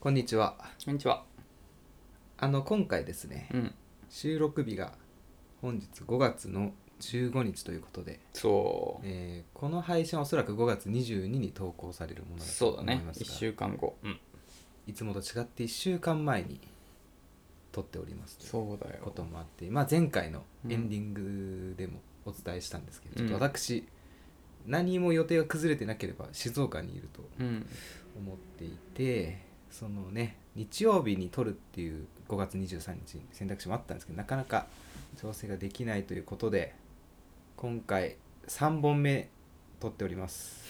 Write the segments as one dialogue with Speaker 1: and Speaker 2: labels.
Speaker 1: こんにちは
Speaker 2: こんにちは。
Speaker 1: あの今回ですね
Speaker 2: うん。
Speaker 1: 収録日が本日5月の15日ということで、
Speaker 2: そ
Speaker 1: えーこの配信はおそらく5月22に投稿されるもの
Speaker 2: う。
Speaker 1: だと
Speaker 2: そうだ
Speaker 1: 思い
Speaker 2: ね
Speaker 1: ま。す
Speaker 2: 一
Speaker 1: が、
Speaker 2: 週間後。うん。
Speaker 1: いつもと違って1週間前に撮っておりますという
Speaker 2: そうだよ。
Speaker 1: こともあって、まあ、前回のエンディングでもお伝えしたんですけど、
Speaker 2: うん
Speaker 1: ちょっと私何も予定が崩れてなければ静岡にいると
Speaker 2: うん。
Speaker 1: 思っていてそのね日曜日に撮るっていう5月23日に選択肢もあったんですけどなかなか調整ができないということで今回3本目撮っております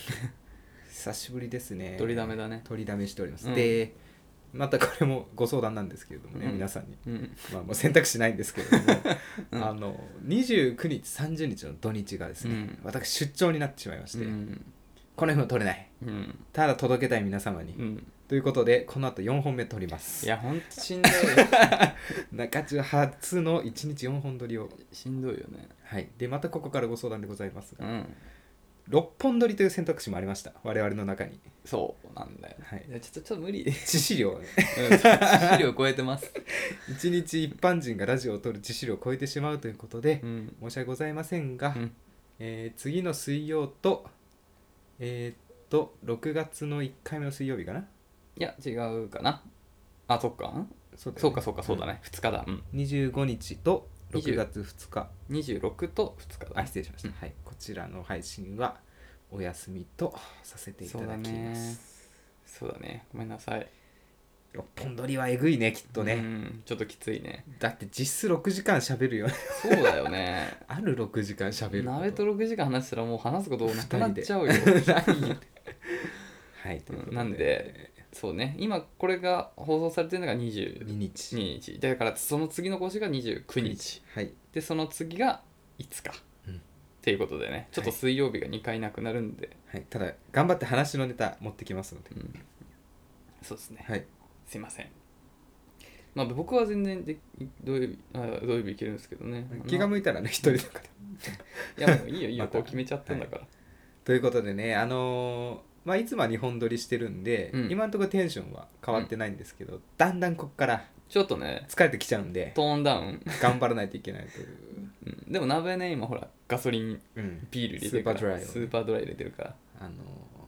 Speaker 1: 久しぶりですね
Speaker 2: 取りだめだね。
Speaker 1: 撮りだめしております、
Speaker 2: うん
Speaker 1: でまたこれもご相談なんですけれどもね、
Speaker 2: うん
Speaker 1: 皆さんに、
Speaker 2: うん。
Speaker 1: まあ、もう選択肢ないんですけれども、
Speaker 2: うん
Speaker 1: あの29日30日の土日がですね、
Speaker 2: うん
Speaker 1: 私出張になってしまいまし
Speaker 2: う
Speaker 1: て、
Speaker 2: ん。
Speaker 1: この日も撮れない
Speaker 2: うん。
Speaker 1: ただ届けたい皆様に、
Speaker 2: うん。
Speaker 1: ということでこの後4本目撮りま
Speaker 2: い
Speaker 1: す
Speaker 2: や、ほんとしん どいよ。
Speaker 1: 中中初の1日4本撮りを
Speaker 2: しんどいよね。
Speaker 1: はいでまたここからご相談でございます
Speaker 2: う
Speaker 1: が、
Speaker 2: ん。
Speaker 1: 6本撮りという選択肢もありました我々の中に
Speaker 2: そうなんだよ。
Speaker 1: はい
Speaker 2: いや、ちょっと、ちょっと無理。うん。
Speaker 1: 致死量 をね
Speaker 2: 致死量を超えてます。
Speaker 1: 1日一般人がラジオを撮る致死量を超えてしまうと いうことで、
Speaker 2: うん。
Speaker 1: 申し訳ございませんが、
Speaker 2: うん
Speaker 1: えー次の水曜とえーっと6月の1回目の水曜日かない
Speaker 2: や、違うかな。あ、そっか。
Speaker 1: そうだよね
Speaker 2: そうか、そうか、そうだね。二日だ。うん。
Speaker 1: 25日と6
Speaker 2: 20
Speaker 1: 月2日
Speaker 2: 二十六と二日だ
Speaker 1: あ
Speaker 2: ね。
Speaker 1: 失礼しました、
Speaker 2: うん
Speaker 1: はい、こちらの配信はお休みとさせていた
Speaker 2: そう
Speaker 1: だ
Speaker 2: だ
Speaker 1: きま
Speaker 2: ね
Speaker 1: す。
Speaker 2: そうだね。ごめんなさい。
Speaker 1: 六本撮りはえぐいねきっと
Speaker 2: う
Speaker 1: ね、
Speaker 2: ん。ちょっときつい ね。
Speaker 1: だって実質6時間しゃべるよ
Speaker 2: そうだよね。
Speaker 1: ある6時間しゃべること
Speaker 2: 鍋と6時間話したらもう話すことなくなっちゃう
Speaker 1: な
Speaker 2: よ
Speaker 1: いよはいということで、
Speaker 2: なんでそうね今これが放送されてるのが
Speaker 1: 2
Speaker 2: 22
Speaker 1: 日
Speaker 2: 日だからその次の更新が29日
Speaker 1: はい
Speaker 2: でその次が5日、
Speaker 1: うん
Speaker 2: っていうことでねちょっと水曜日が2回なくなるんで、
Speaker 1: はい、ただ頑張って話のネタ持ってきますので、
Speaker 2: うんそうですね、
Speaker 1: はい、
Speaker 2: すいませんまあ僕は全然で土曜日あ土曜日いけるんですけどね
Speaker 1: 気が
Speaker 2: ま
Speaker 1: 向いたらね一人とかで
Speaker 2: あいやもういいよいい よ
Speaker 1: また
Speaker 2: こう決めちゃったんだから、
Speaker 1: ということでねあのーまあいつもは2本撮りしてるんで、
Speaker 2: うん
Speaker 1: 今のところテンションは変わってないんですけど、だんだんこっから
Speaker 2: ちょっとね
Speaker 1: 疲れてきちゃうんで
Speaker 2: トーンダウン、
Speaker 1: 頑張らないといけないという、
Speaker 2: うん、でも鍋ね今ほらガソリン
Speaker 1: うん、
Speaker 2: ビール入れてるから
Speaker 1: スーパードライをね
Speaker 2: スーパードライ入れてるから
Speaker 1: あの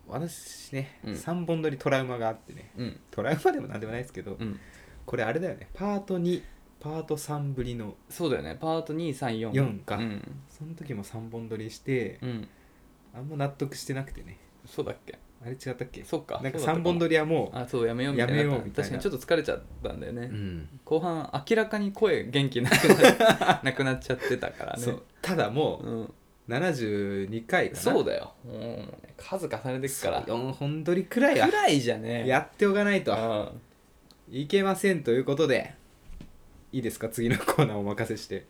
Speaker 1: 私ね、
Speaker 2: うん
Speaker 1: 3本撮りトラウマがあってね
Speaker 2: うん
Speaker 1: トラウマでもなんでもないですけど、
Speaker 2: うん
Speaker 1: これあれだよねパート2パート3ぶりの
Speaker 2: そうだよねパート234
Speaker 1: 4か
Speaker 2: うん、
Speaker 1: その時も3本撮りして、
Speaker 2: うん、
Speaker 1: あんま納得してなくてね
Speaker 2: そうだっけ
Speaker 1: あれ違ったっけ
Speaker 2: そっか
Speaker 1: なんか
Speaker 2: そうだった
Speaker 1: 3本撮りはもう
Speaker 2: あそうやめようみたいな
Speaker 1: やめようみたいな
Speaker 2: 確かにちょっと疲れちゃったんだよね、
Speaker 1: うん
Speaker 2: 後半明らかに声元気なく ななくなっちゃってたからね
Speaker 1: そうただも
Speaker 2: う、ん、
Speaker 1: う72回かな
Speaker 2: そうだよもうね数重ねてくから
Speaker 1: 4本撮りくらいは
Speaker 2: くらいじゃね
Speaker 1: やっておかない
Speaker 2: うん
Speaker 1: といけませんということでいいですか次のコーナーお任せして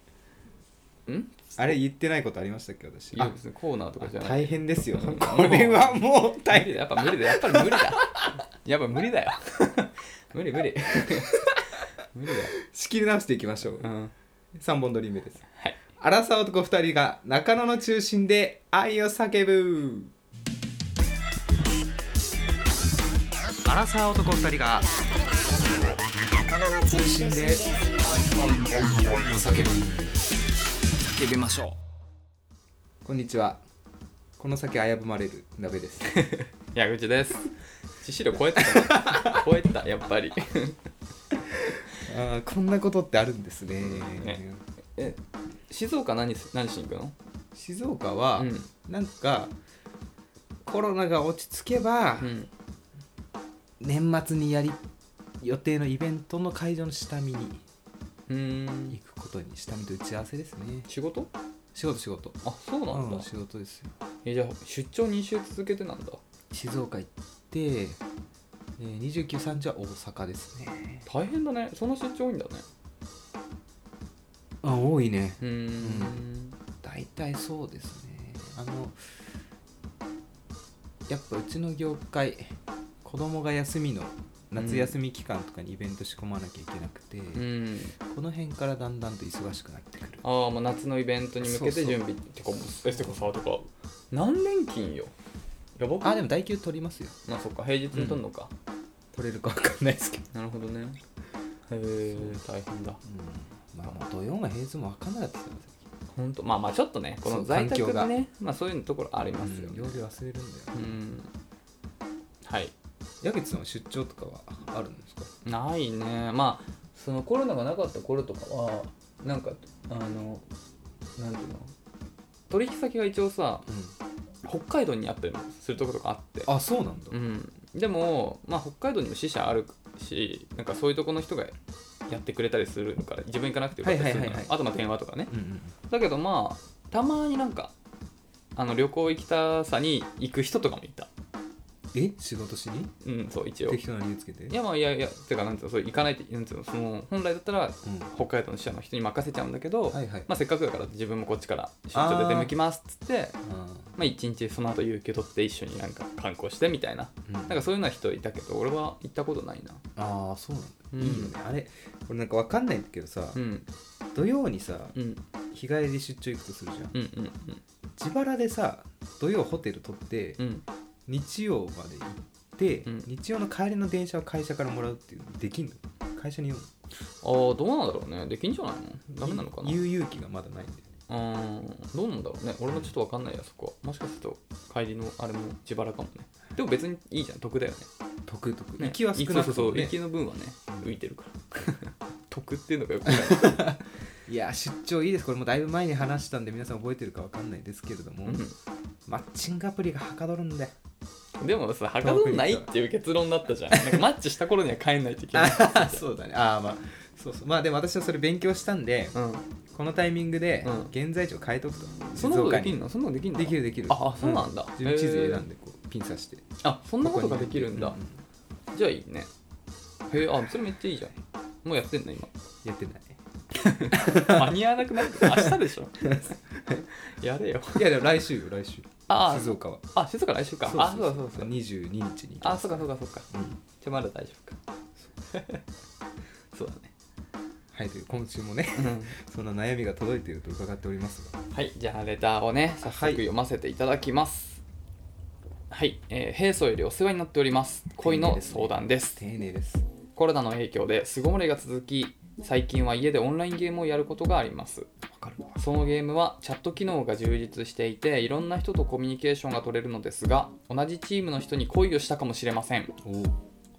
Speaker 2: うん
Speaker 1: あれ言ってないことありましたっけ私
Speaker 2: いや別にコーナーとかじゃない
Speaker 1: 大変ですよ、
Speaker 2: うん
Speaker 1: これはもう大
Speaker 2: 無理だやっぱ無理だやっぱり無理だやっぱ無理だよ 無理無理無理だよ、
Speaker 1: 仕切り直していきましょう
Speaker 2: うん、
Speaker 1: 3本撮り目です
Speaker 2: はい
Speaker 1: 荒沢男2人が中野の中心で愛を叫ぶ荒沢男2人が中野の中心で愛を叫ぶ
Speaker 2: 叫びましょう
Speaker 1: こんにちはこの先危ぶまれる鍋 です
Speaker 2: 矢口です。致死量超えてたな超えてた、やっぱり。
Speaker 1: あーこんなことってあるんですね
Speaker 2: ねえ、静岡何す何しに行くの
Speaker 1: 静岡は、
Speaker 2: うん
Speaker 1: なんかコロナが落ち着けば、
Speaker 2: うん。
Speaker 1: 年末にやり予定のイベントの会場の下見に
Speaker 2: うーん
Speaker 1: 行。くことに下見と打ち合わせですね
Speaker 2: 仕事
Speaker 1: 仕事仕事
Speaker 2: あ、そうなんだ。
Speaker 1: うん仕事ですよ
Speaker 2: え、じゃあ、出張2週続けてなんだ。
Speaker 1: 静岡行って、えー、2930は大阪ですね
Speaker 2: 大変だね。そんな出張多いんだね。
Speaker 1: あ多いね
Speaker 2: うーん。
Speaker 1: 大体そうですねあのやっぱうちの業界子供が休みの夏休み期間とかにイベント仕込まなきゃいけなくて、
Speaker 2: うん。
Speaker 1: この辺からだんだんと忙しくなってくる
Speaker 2: ああ、まあ夏のイベントに向け
Speaker 1: そうそ
Speaker 2: て
Speaker 1: う
Speaker 2: 準備ってかもう、え、てかさ、とか、何連勤よ。やばくない
Speaker 1: あでも代休取りますよ
Speaker 2: まあそっか、平日にとんのか。
Speaker 1: 取れるか分かんないですけど、
Speaker 2: なるほどねへえ大変だ
Speaker 1: うん、まあもう土曜も平日も分かんなかったですよ
Speaker 2: 本当まあまあちょっとねこ
Speaker 1: そ
Speaker 2: の
Speaker 1: う
Speaker 2: 在
Speaker 1: 環
Speaker 2: 宅
Speaker 1: 境
Speaker 2: が
Speaker 1: が
Speaker 2: ねまあそういうところあり
Speaker 1: 最
Speaker 2: ます
Speaker 1: 近
Speaker 2: よ
Speaker 1: うん、曜日忘れるんだよ
Speaker 2: うん、はい
Speaker 1: 矢口さんは出張とかはあるんですか
Speaker 2: ないねまあそのコロナがなかった頃とかはなんかあのなんていうの取引先が一応さ
Speaker 1: うん
Speaker 2: 北海道にあったりもするところとかあって
Speaker 1: あそうなんだ
Speaker 2: うん、でも、まあ、北海道にも支社あるしなんかそういうとこの人がやってくれたりするから自分行かなくてよかったりするの
Speaker 1: はいはい
Speaker 2: よ
Speaker 1: はいはい
Speaker 2: あとまあ電話とかね
Speaker 1: うんうん
Speaker 2: だけどまあたまになんかあの旅行行きたさに行く人とかもいた
Speaker 1: え仕事しに
Speaker 2: うんそう一応い
Speaker 1: 適当な理由つけて
Speaker 2: やまあいやいやてかなんつうのそう行かないってなんつうのその本来だったら
Speaker 1: うん
Speaker 2: 北海道の支社の人に任せちゃうんだけど、
Speaker 1: はいはい、
Speaker 2: まあ、せっかくだから自分もこっちから出張で出向きますっつって
Speaker 1: あ
Speaker 2: まあ、一日その後有給取って一緒になんか観光してみたいな
Speaker 1: ーうん
Speaker 2: なんかそういうのは人いたけど俺は行ったことないな
Speaker 1: ああそうなんだ、
Speaker 2: うん
Speaker 1: いいよねあれ俺なんかわかんないんだけどさ、
Speaker 2: うん
Speaker 1: 土曜にさ
Speaker 2: うん
Speaker 1: 日帰りで出張行くとするじゃん
Speaker 2: うんうん
Speaker 1: 自腹でさ土曜ホテル取って、
Speaker 2: うんうん
Speaker 1: 日曜まで行って、
Speaker 2: うん
Speaker 1: 日曜の帰りの電車を会社からもらうっていうのできんの会社に言う
Speaker 2: ああどうなんだろうねできんじゃないの
Speaker 1: の
Speaker 2: ダメなのかな
Speaker 1: 言う勇気がまだないんだよね
Speaker 2: うーんどうなんだろうね俺もちょっと分かんないやそこはもしかすると帰りのあれも自腹かもねでも別にいいじゃん得だよね
Speaker 1: 得得、
Speaker 2: ね
Speaker 1: 行きは少なく
Speaker 2: そうそう
Speaker 1: と
Speaker 2: そ
Speaker 1: も
Speaker 2: う
Speaker 1: ね
Speaker 2: 行きの分はね
Speaker 1: うん
Speaker 2: 浮いてるから 得っていうのがよくない
Speaker 1: いや出張いいですこれもだいぶ前に話したんで皆さん覚えてるかわかんないですけれども、
Speaker 2: う
Speaker 1: マッチングアプリがはかどる んだよ
Speaker 2: んでもさはかどんないっていう結論だっ たじゃんなんかマッチした頃には帰んないといけない
Speaker 1: あそうだね ああまあそうそうまあでも私はそれ勉強したんで
Speaker 2: うん
Speaker 1: このタイミングで
Speaker 2: うん
Speaker 1: 現在地を変えとくと、
Speaker 2: そんなことでき
Speaker 1: に
Speaker 2: るのそんなことできるの
Speaker 1: できるできる
Speaker 2: ああそうなんだ
Speaker 1: 自分地図選ん
Speaker 2: で
Speaker 1: でこうピン刺して
Speaker 2: あそんなことができるんだ
Speaker 1: ここに
Speaker 2: じゃあいいねへえあそれめっちゃいいじゃんもうやってんの今
Speaker 1: やってない
Speaker 2: 間に合わなくなって明日 でしょやれよ
Speaker 1: いやでも来週よ来週
Speaker 2: あ
Speaker 1: 静岡は
Speaker 2: ああ静岡来週かあそうそうそう
Speaker 1: 22日に行き
Speaker 2: あ
Speaker 1: ます
Speaker 2: そうかそうかそうか
Speaker 1: うん
Speaker 2: じゃあまだ大丈夫かそうだね
Speaker 1: はいという今週もね そんな悩みが届いていると伺っておりますが
Speaker 2: はいじゃあレターをね早速
Speaker 1: はい
Speaker 2: 読ませていただきますはい、えー平素よりお世話になっております恋の相談です
Speaker 1: 丁寧です
Speaker 2: コロナの影響で巣ごもりが続き最近は家でオンラインゲームをやることがあります
Speaker 1: わかるわ
Speaker 2: そのゲームはチャット機能が充実していていろんな人とコミュニケーションが取れるのですが同じチームの人に恋をしたかもしれません
Speaker 1: おお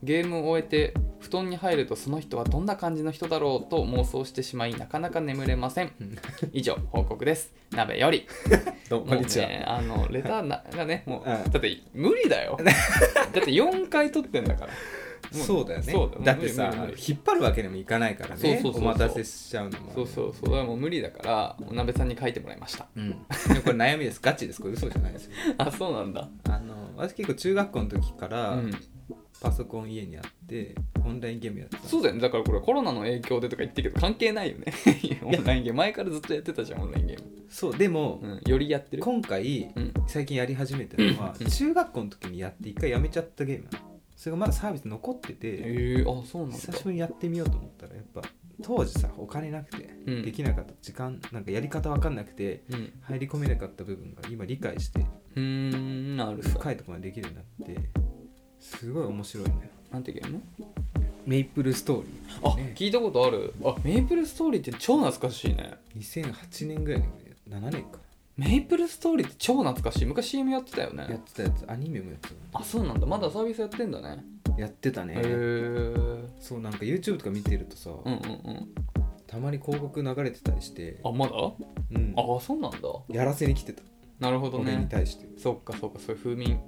Speaker 2: ゲームを終えて布団に入るとその人はどんな感じの人だろうと妄想してしまいなかなか眠れません 以上報告です鍋より
Speaker 1: どうも
Speaker 2: も
Speaker 1: こ
Speaker 2: うん
Speaker 1: にちは
Speaker 2: ねあのレターながねもう
Speaker 1: うん
Speaker 2: だって無理だよだって4回撮ってんだからも
Speaker 1: そうだよね
Speaker 2: そうだよ
Speaker 1: だってさ
Speaker 2: 無理無理無理
Speaker 1: 引っ張るわけにもいかないからね
Speaker 2: そうそうそうそう
Speaker 1: お待たせしちゃうのも
Speaker 2: そうそうそうだからもう無理だからお鍋さんに書いてもらいました
Speaker 1: うん、でもこれ悩みですガチですこれ嘘じゃないですよ
Speaker 2: あそうなんだ
Speaker 1: あの私結構中学校の時か
Speaker 2: う
Speaker 1: ら、
Speaker 2: ん
Speaker 1: パソコン家にあってオンラインゲームやってた
Speaker 2: そうだよねだからこれコロナの影響でとか言ってるけど関係ないよね オンラインゲーム前からずっとやってたじゃんオンラインゲーム、
Speaker 1: そうでも、
Speaker 2: うん、よりやってる
Speaker 1: 今回
Speaker 2: うん
Speaker 1: 最近やり始めたのは、
Speaker 2: うん
Speaker 1: 中学校の時にやって一回やめちゃったゲームなのそれがまだサービス残って
Speaker 2: へ
Speaker 1: て
Speaker 2: えー、あそうなんだ
Speaker 1: 久しぶりにやってみようと思ったらやっぱ当時さお金なくて
Speaker 2: うん
Speaker 1: できなかった時間なんかやり方わかんなくて
Speaker 2: うん
Speaker 1: 入り込めなかった部分が今理解して
Speaker 2: うーんなるほど
Speaker 1: 深いところまでできるようになってすごい面白いのよ
Speaker 2: なんてゲーム
Speaker 1: メイプルストーリ
Speaker 2: あ、
Speaker 1: ね
Speaker 2: 聞いたことあるあメイプルストーリーって超懐かしいね
Speaker 1: ー2008年ぐらいの7年か
Speaker 2: メイプルストーリーって超懐かしい昔 CM やってたよ
Speaker 1: やっ
Speaker 2: ね
Speaker 1: てたやつアニメもやってた
Speaker 2: あそうなんだまだサービスやってんだね
Speaker 1: やってたね
Speaker 2: へえうん
Speaker 1: そうなんか YouTube とか見てるとさ、
Speaker 2: うんうん
Speaker 1: たまに広告流れてたりして
Speaker 2: あまだ
Speaker 1: うん、
Speaker 2: あそうなんだ
Speaker 1: やらせに来てた、
Speaker 2: なるほど
Speaker 1: 俺に
Speaker 2: ね
Speaker 1: 対して
Speaker 2: そっかそっかそういう風民ん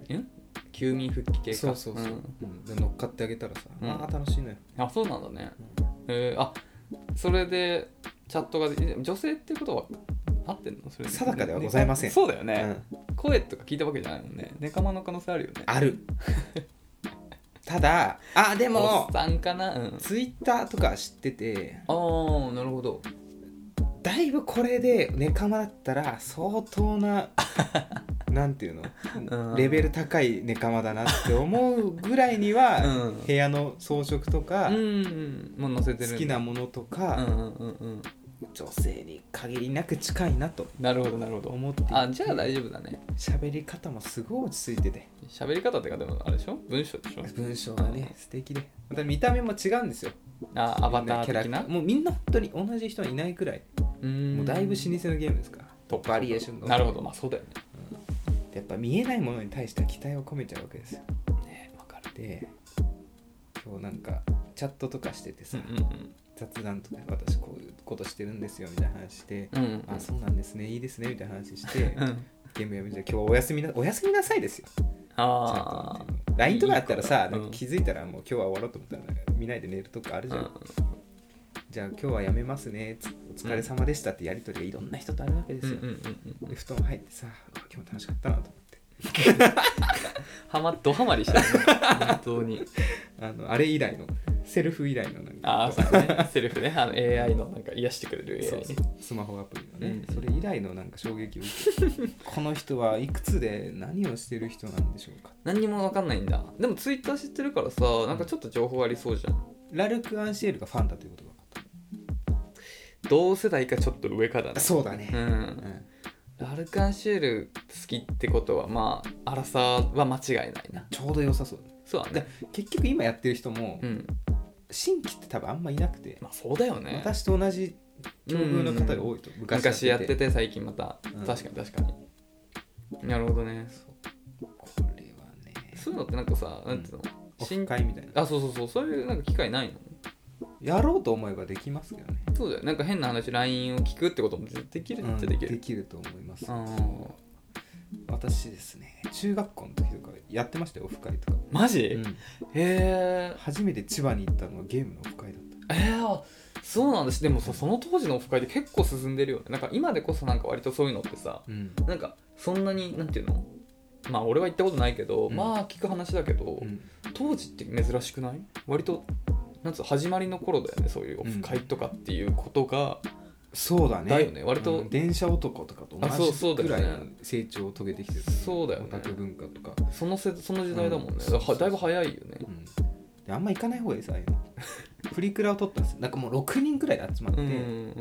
Speaker 2: 休眠復帰系か
Speaker 1: そうそうそう、
Speaker 2: ん
Speaker 1: うんで乗っかってあげたらさ、
Speaker 2: うん
Speaker 1: まあ楽しいのよ、
Speaker 2: あそうなんだねえー、あそれでチャットがで女性ってことは合ってんのそれ
Speaker 1: 定かではございません
Speaker 2: そうだよ
Speaker 1: う
Speaker 2: ね、
Speaker 1: ん
Speaker 2: 声とか聞いたわけじゃないもんねネカマの可能性あるよね
Speaker 1: あ るただあで
Speaker 2: お
Speaker 1: も
Speaker 2: っさんかなうん
Speaker 1: ツイッターとか知ってて
Speaker 2: ああなるほど
Speaker 1: だいぶこれでネカマだったら相当 ななんていうの、
Speaker 2: うん
Speaker 1: レベル高いネカマだなって思うぐらいには、
Speaker 2: うん
Speaker 1: 部屋の装飾とか、
Speaker 2: うんうんもう載せてる
Speaker 1: 好きなものとか、
Speaker 2: うんうんうんうん
Speaker 1: 女性に限りなく近いなと
Speaker 2: なるほどなるほど
Speaker 1: 思っていて
Speaker 2: あじゃあ大丈夫だね
Speaker 1: 喋り方もすごい落ち着いてて
Speaker 2: 喋り方ってかでもあれでしょ文章でしょ
Speaker 1: 文章がね素敵でまた見た目も違うんですよ
Speaker 2: あアバター的な
Speaker 1: もうみんな本当に同じ人はいないくらいも
Speaker 2: も
Speaker 1: うだいぶ老舗のゲームですから
Speaker 2: とか
Speaker 1: バリエーションが
Speaker 2: なるほどまあそうだよね
Speaker 1: やっぱ見えないものに対しては期待を込めちゃうわけですよ
Speaker 2: ねわかる
Speaker 1: で今日なんかチャットとかしてて
Speaker 2: う
Speaker 1: さ、
Speaker 2: んうん
Speaker 1: 雑談とか私こういうことしてるんですよみたいな話して、
Speaker 2: うんうん
Speaker 1: あそうなんですねいいですねみたいな話して
Speaker 2: うんうん
Speaker 1: ゲームやめちゃう今日お休みなお休みなさいですよチャットなん
Speaker 2: あ
Speaker 1: ていうの LINE とかあったら
Speaker 2: いい
Speaker 1: さ
Speaker 2: こと
Speaker 1: なんか気づいたらもう今日は終わろうと思ったら見ないで寝るとかある
Speaker 2: ー
Speaker 1: じゃん、じゃあ今日はやめますねつお疲れ様でしたってやり取りがいろんな人とあるわけで
Speaker 2: うん
Speaker 1: す
Speaker 2: うん
Speaker 1: よ、
Speaker 2: うんうんうん
Speaker 1: で布団入ってさあ今日も楽しかったなと思って
Speaker 2: はまドハマりしてるね本当に
Speaker 1: あのあれ以来のセルフ以来のなんか
Speaker 2: ああそうねセルフねあの AI のなんか癒してくれる AI
Speaker 1: そうそうスマホアプリのね、
Speaker 2: うん
Speaker 1: それ以来のなんか衝撃を受 けてこの人はいくつで何をしてる人なんでしょうか
Speaker 2: 何にも分かんないんだでもツイッター知ってるからさなんかちょっと情報ありそうじゃん
Speaker 1: ラルク・アンシエルがファンだということが分かっ
Speaker 2: 同世代かちょっと上かだ
Speaker 1: た
Speaker 2: ね
Speaker 1: そうだ
Speaker 2: う
Speaker 1: ね、うん
Speaker 2: んラルカンシエル好きってことはまあ荒さは間違いないな
Speaker 1: ちょうど良さそう
Speaker 2: そうだ
Speaker 1: だ
Speaker 2: ね
Speaker 1: 結局今やってる人も
Speaker 2: うん
Speaker 1: 新規って多分あんまいなくて、
Speaker 2: まあそうだよね
Speaker 1: 私と同じ境遇の方が多いと、
Speaker 2: 昔やってて最近また、
Speaker 1: うん
Speaker 2: 確かに確かになるほどね
Speaker 1: そうこれはね
Speaker 2: そういうのってなんかさなんていうの、
Speaker 1: オ
Speaker 2: 新
Speaker 1: フ会みたいな
Speaker 2: あそうそうそうそういうなんか機会ないの
Speaker 1: やろうと思えばできますけどね
Speaker 2: そうだよなんか変な話 LINE を聞くってこともできるっちゃで
Speaker 1: う
Speaker 2: き
Speaker 1: んで
Speaker 2: る、
Speaker 1: きると思います
Speaker 2: あー
Speaker 1: 私ですね中学校の時とかやってましたよオフ会とか、
Speaker 2: マジ、
Speaker 1: う
Speaker 2: へ
Speaker 1: ん
Speaker 2: え
Speaker 1: 初めて千葉に行ったのはゲームのオフ会だっ
Speaker 2: えー、そうなんですでもさその当時のオフ会で結構進んでるよねなんか今でこそなんか割とそういうのってさ
Speaker 1: た、うん
Speaker 2: なんかそんなになんていうのまあ俺は行ったことないけど、
Speaker 1: うん
Speaker 2: まあ聞く話だけど、当時って珍しくない割となんつうの始まりの頃だよねそういうオフ会とかっていうことが、
Speaker 1: そうだね
Speaker 2: だよね割と
Speaker 1: うん電車男とかと
Speaker 2: あそうそ
Speaker 1: 同
Speaker 2: う
Speaker 1: じ
Speaker 2: だ
Speaker 1: く
Speaker 2: よ
Speaker 1: ら
Speaker 2: ね
Speaker 1: いの成長を遂げてきてる
Speaker 2: そうだよね
Speaker 1: オタク文化とか、
Speaker 2: そのせその時代だもんね、
Speaker 1: うん
Speaker 2: だからだいぶ早いよね
Speaker 1: うんであんま行かない方がいいですああいう のプリクラを撮ったんですなんかもう6人ぐらいで集まって、
Speaker 2: うんうん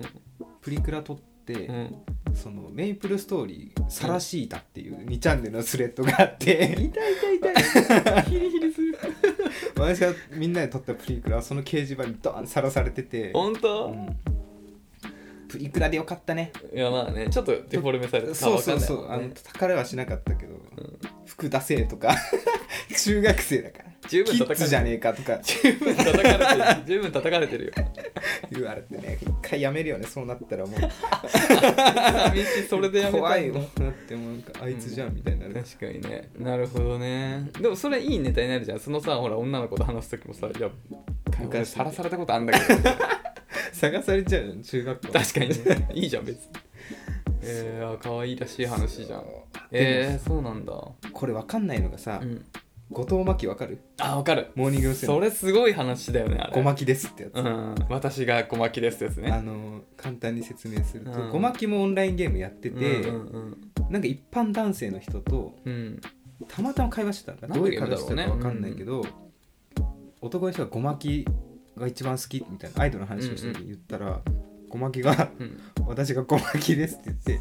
Speaker 1: プリクラ撮って、
Speaker 2: うんうん
Speaker 1: そのメイプルストーリー「サラシータ」っていう2チャンネルのスレッドがあって
Speaker 2: 痛い痛い 痛いヒリヒリする
Speaker 1: 私がみんなで撮ったプリクラはその掲示板にドーンさらされてて、
Speaker 2: 本当、
Speaker 1: うんプリクラでよかったね
Speaker 2: いやまあねちょっとデフォルメされて
Speaker 1: そうそうそう、
Speaker 2: わか
Speaker 1: あ
Speaker 2: んないもん
Speaker 1: の
Speaker 2: ね
Speaker 1: 宝はしなかったけど、
Speaker 2: ん
Speaker 1: 服出せとか 中学生だから
Speaker 2: 十分
Speaker 1: キッ
Speaker 2: 叩か
Speaker 1: ズ
Speaker 2: れ
Speaker 1: じ
Speaker 2: て
Speaker 1: ゃ
Speaker 2: る
Speaker 1: ねえかとか
Speaker 2: 十分叩かれてる十分叩かれてるよ
Speaker 1: 言われてね一回やめるよねそうなったらもう
Speaker 2: 寂しいそれでやめたんだ
Speaker 1: 怖いよだってもうなんかあいつじゃんみたいになる、
Speaker 2: 確かにねなるほどねでもそれいいネタになるじゃんそのさほら女の子と話す時もさいや俺
Speaker 1: 昔
Speaker 2: さらされたことあんだけど
Speaker 1: 探されちゃうじゃん中学校
Speaker 2: 確かにね いいじゃん別にえー、あ可愛いらしい話じゃんえー、そうなんだ
Speaker 1: これわかんないのがさ、
Speaker 2: うん
Speaker 1: 後藤真希わかる
Speaker 2: あわかる
Speaker 1: モーニング娘。
Speaker 2: それすごい話だよねあれ
Speaker 1: ごまきですってやつ、
Speaker 2: うん私が小牧ですですね
Speaker 1: あの簡単に説明すると、
Speaker 2: うん
Speaker 1: ごまきもオンラインゲームやってて、
Speaker 2: うんうん
Speaker 1: なんか一般男性の人と
Speaker 2: うんうん
Speaker 1: たまたま会話してたんだ
Speaker 2: なん
Speaker 1: どう
Speaker 2: で
Speaker 1: いう会話してたか
Speaker 2: ゲー
Speaker 1: 分
Speaker 2: ムだ
Speaker 1: か
Speaker 2: ろうんね
Speaker 1: ないけど、男の人がごまきが一番好きみたいなアイドルの話をしてて言ったら、ごまきが
Speaker 2: うん
Speaker 1: 「私がごまきです」って言って、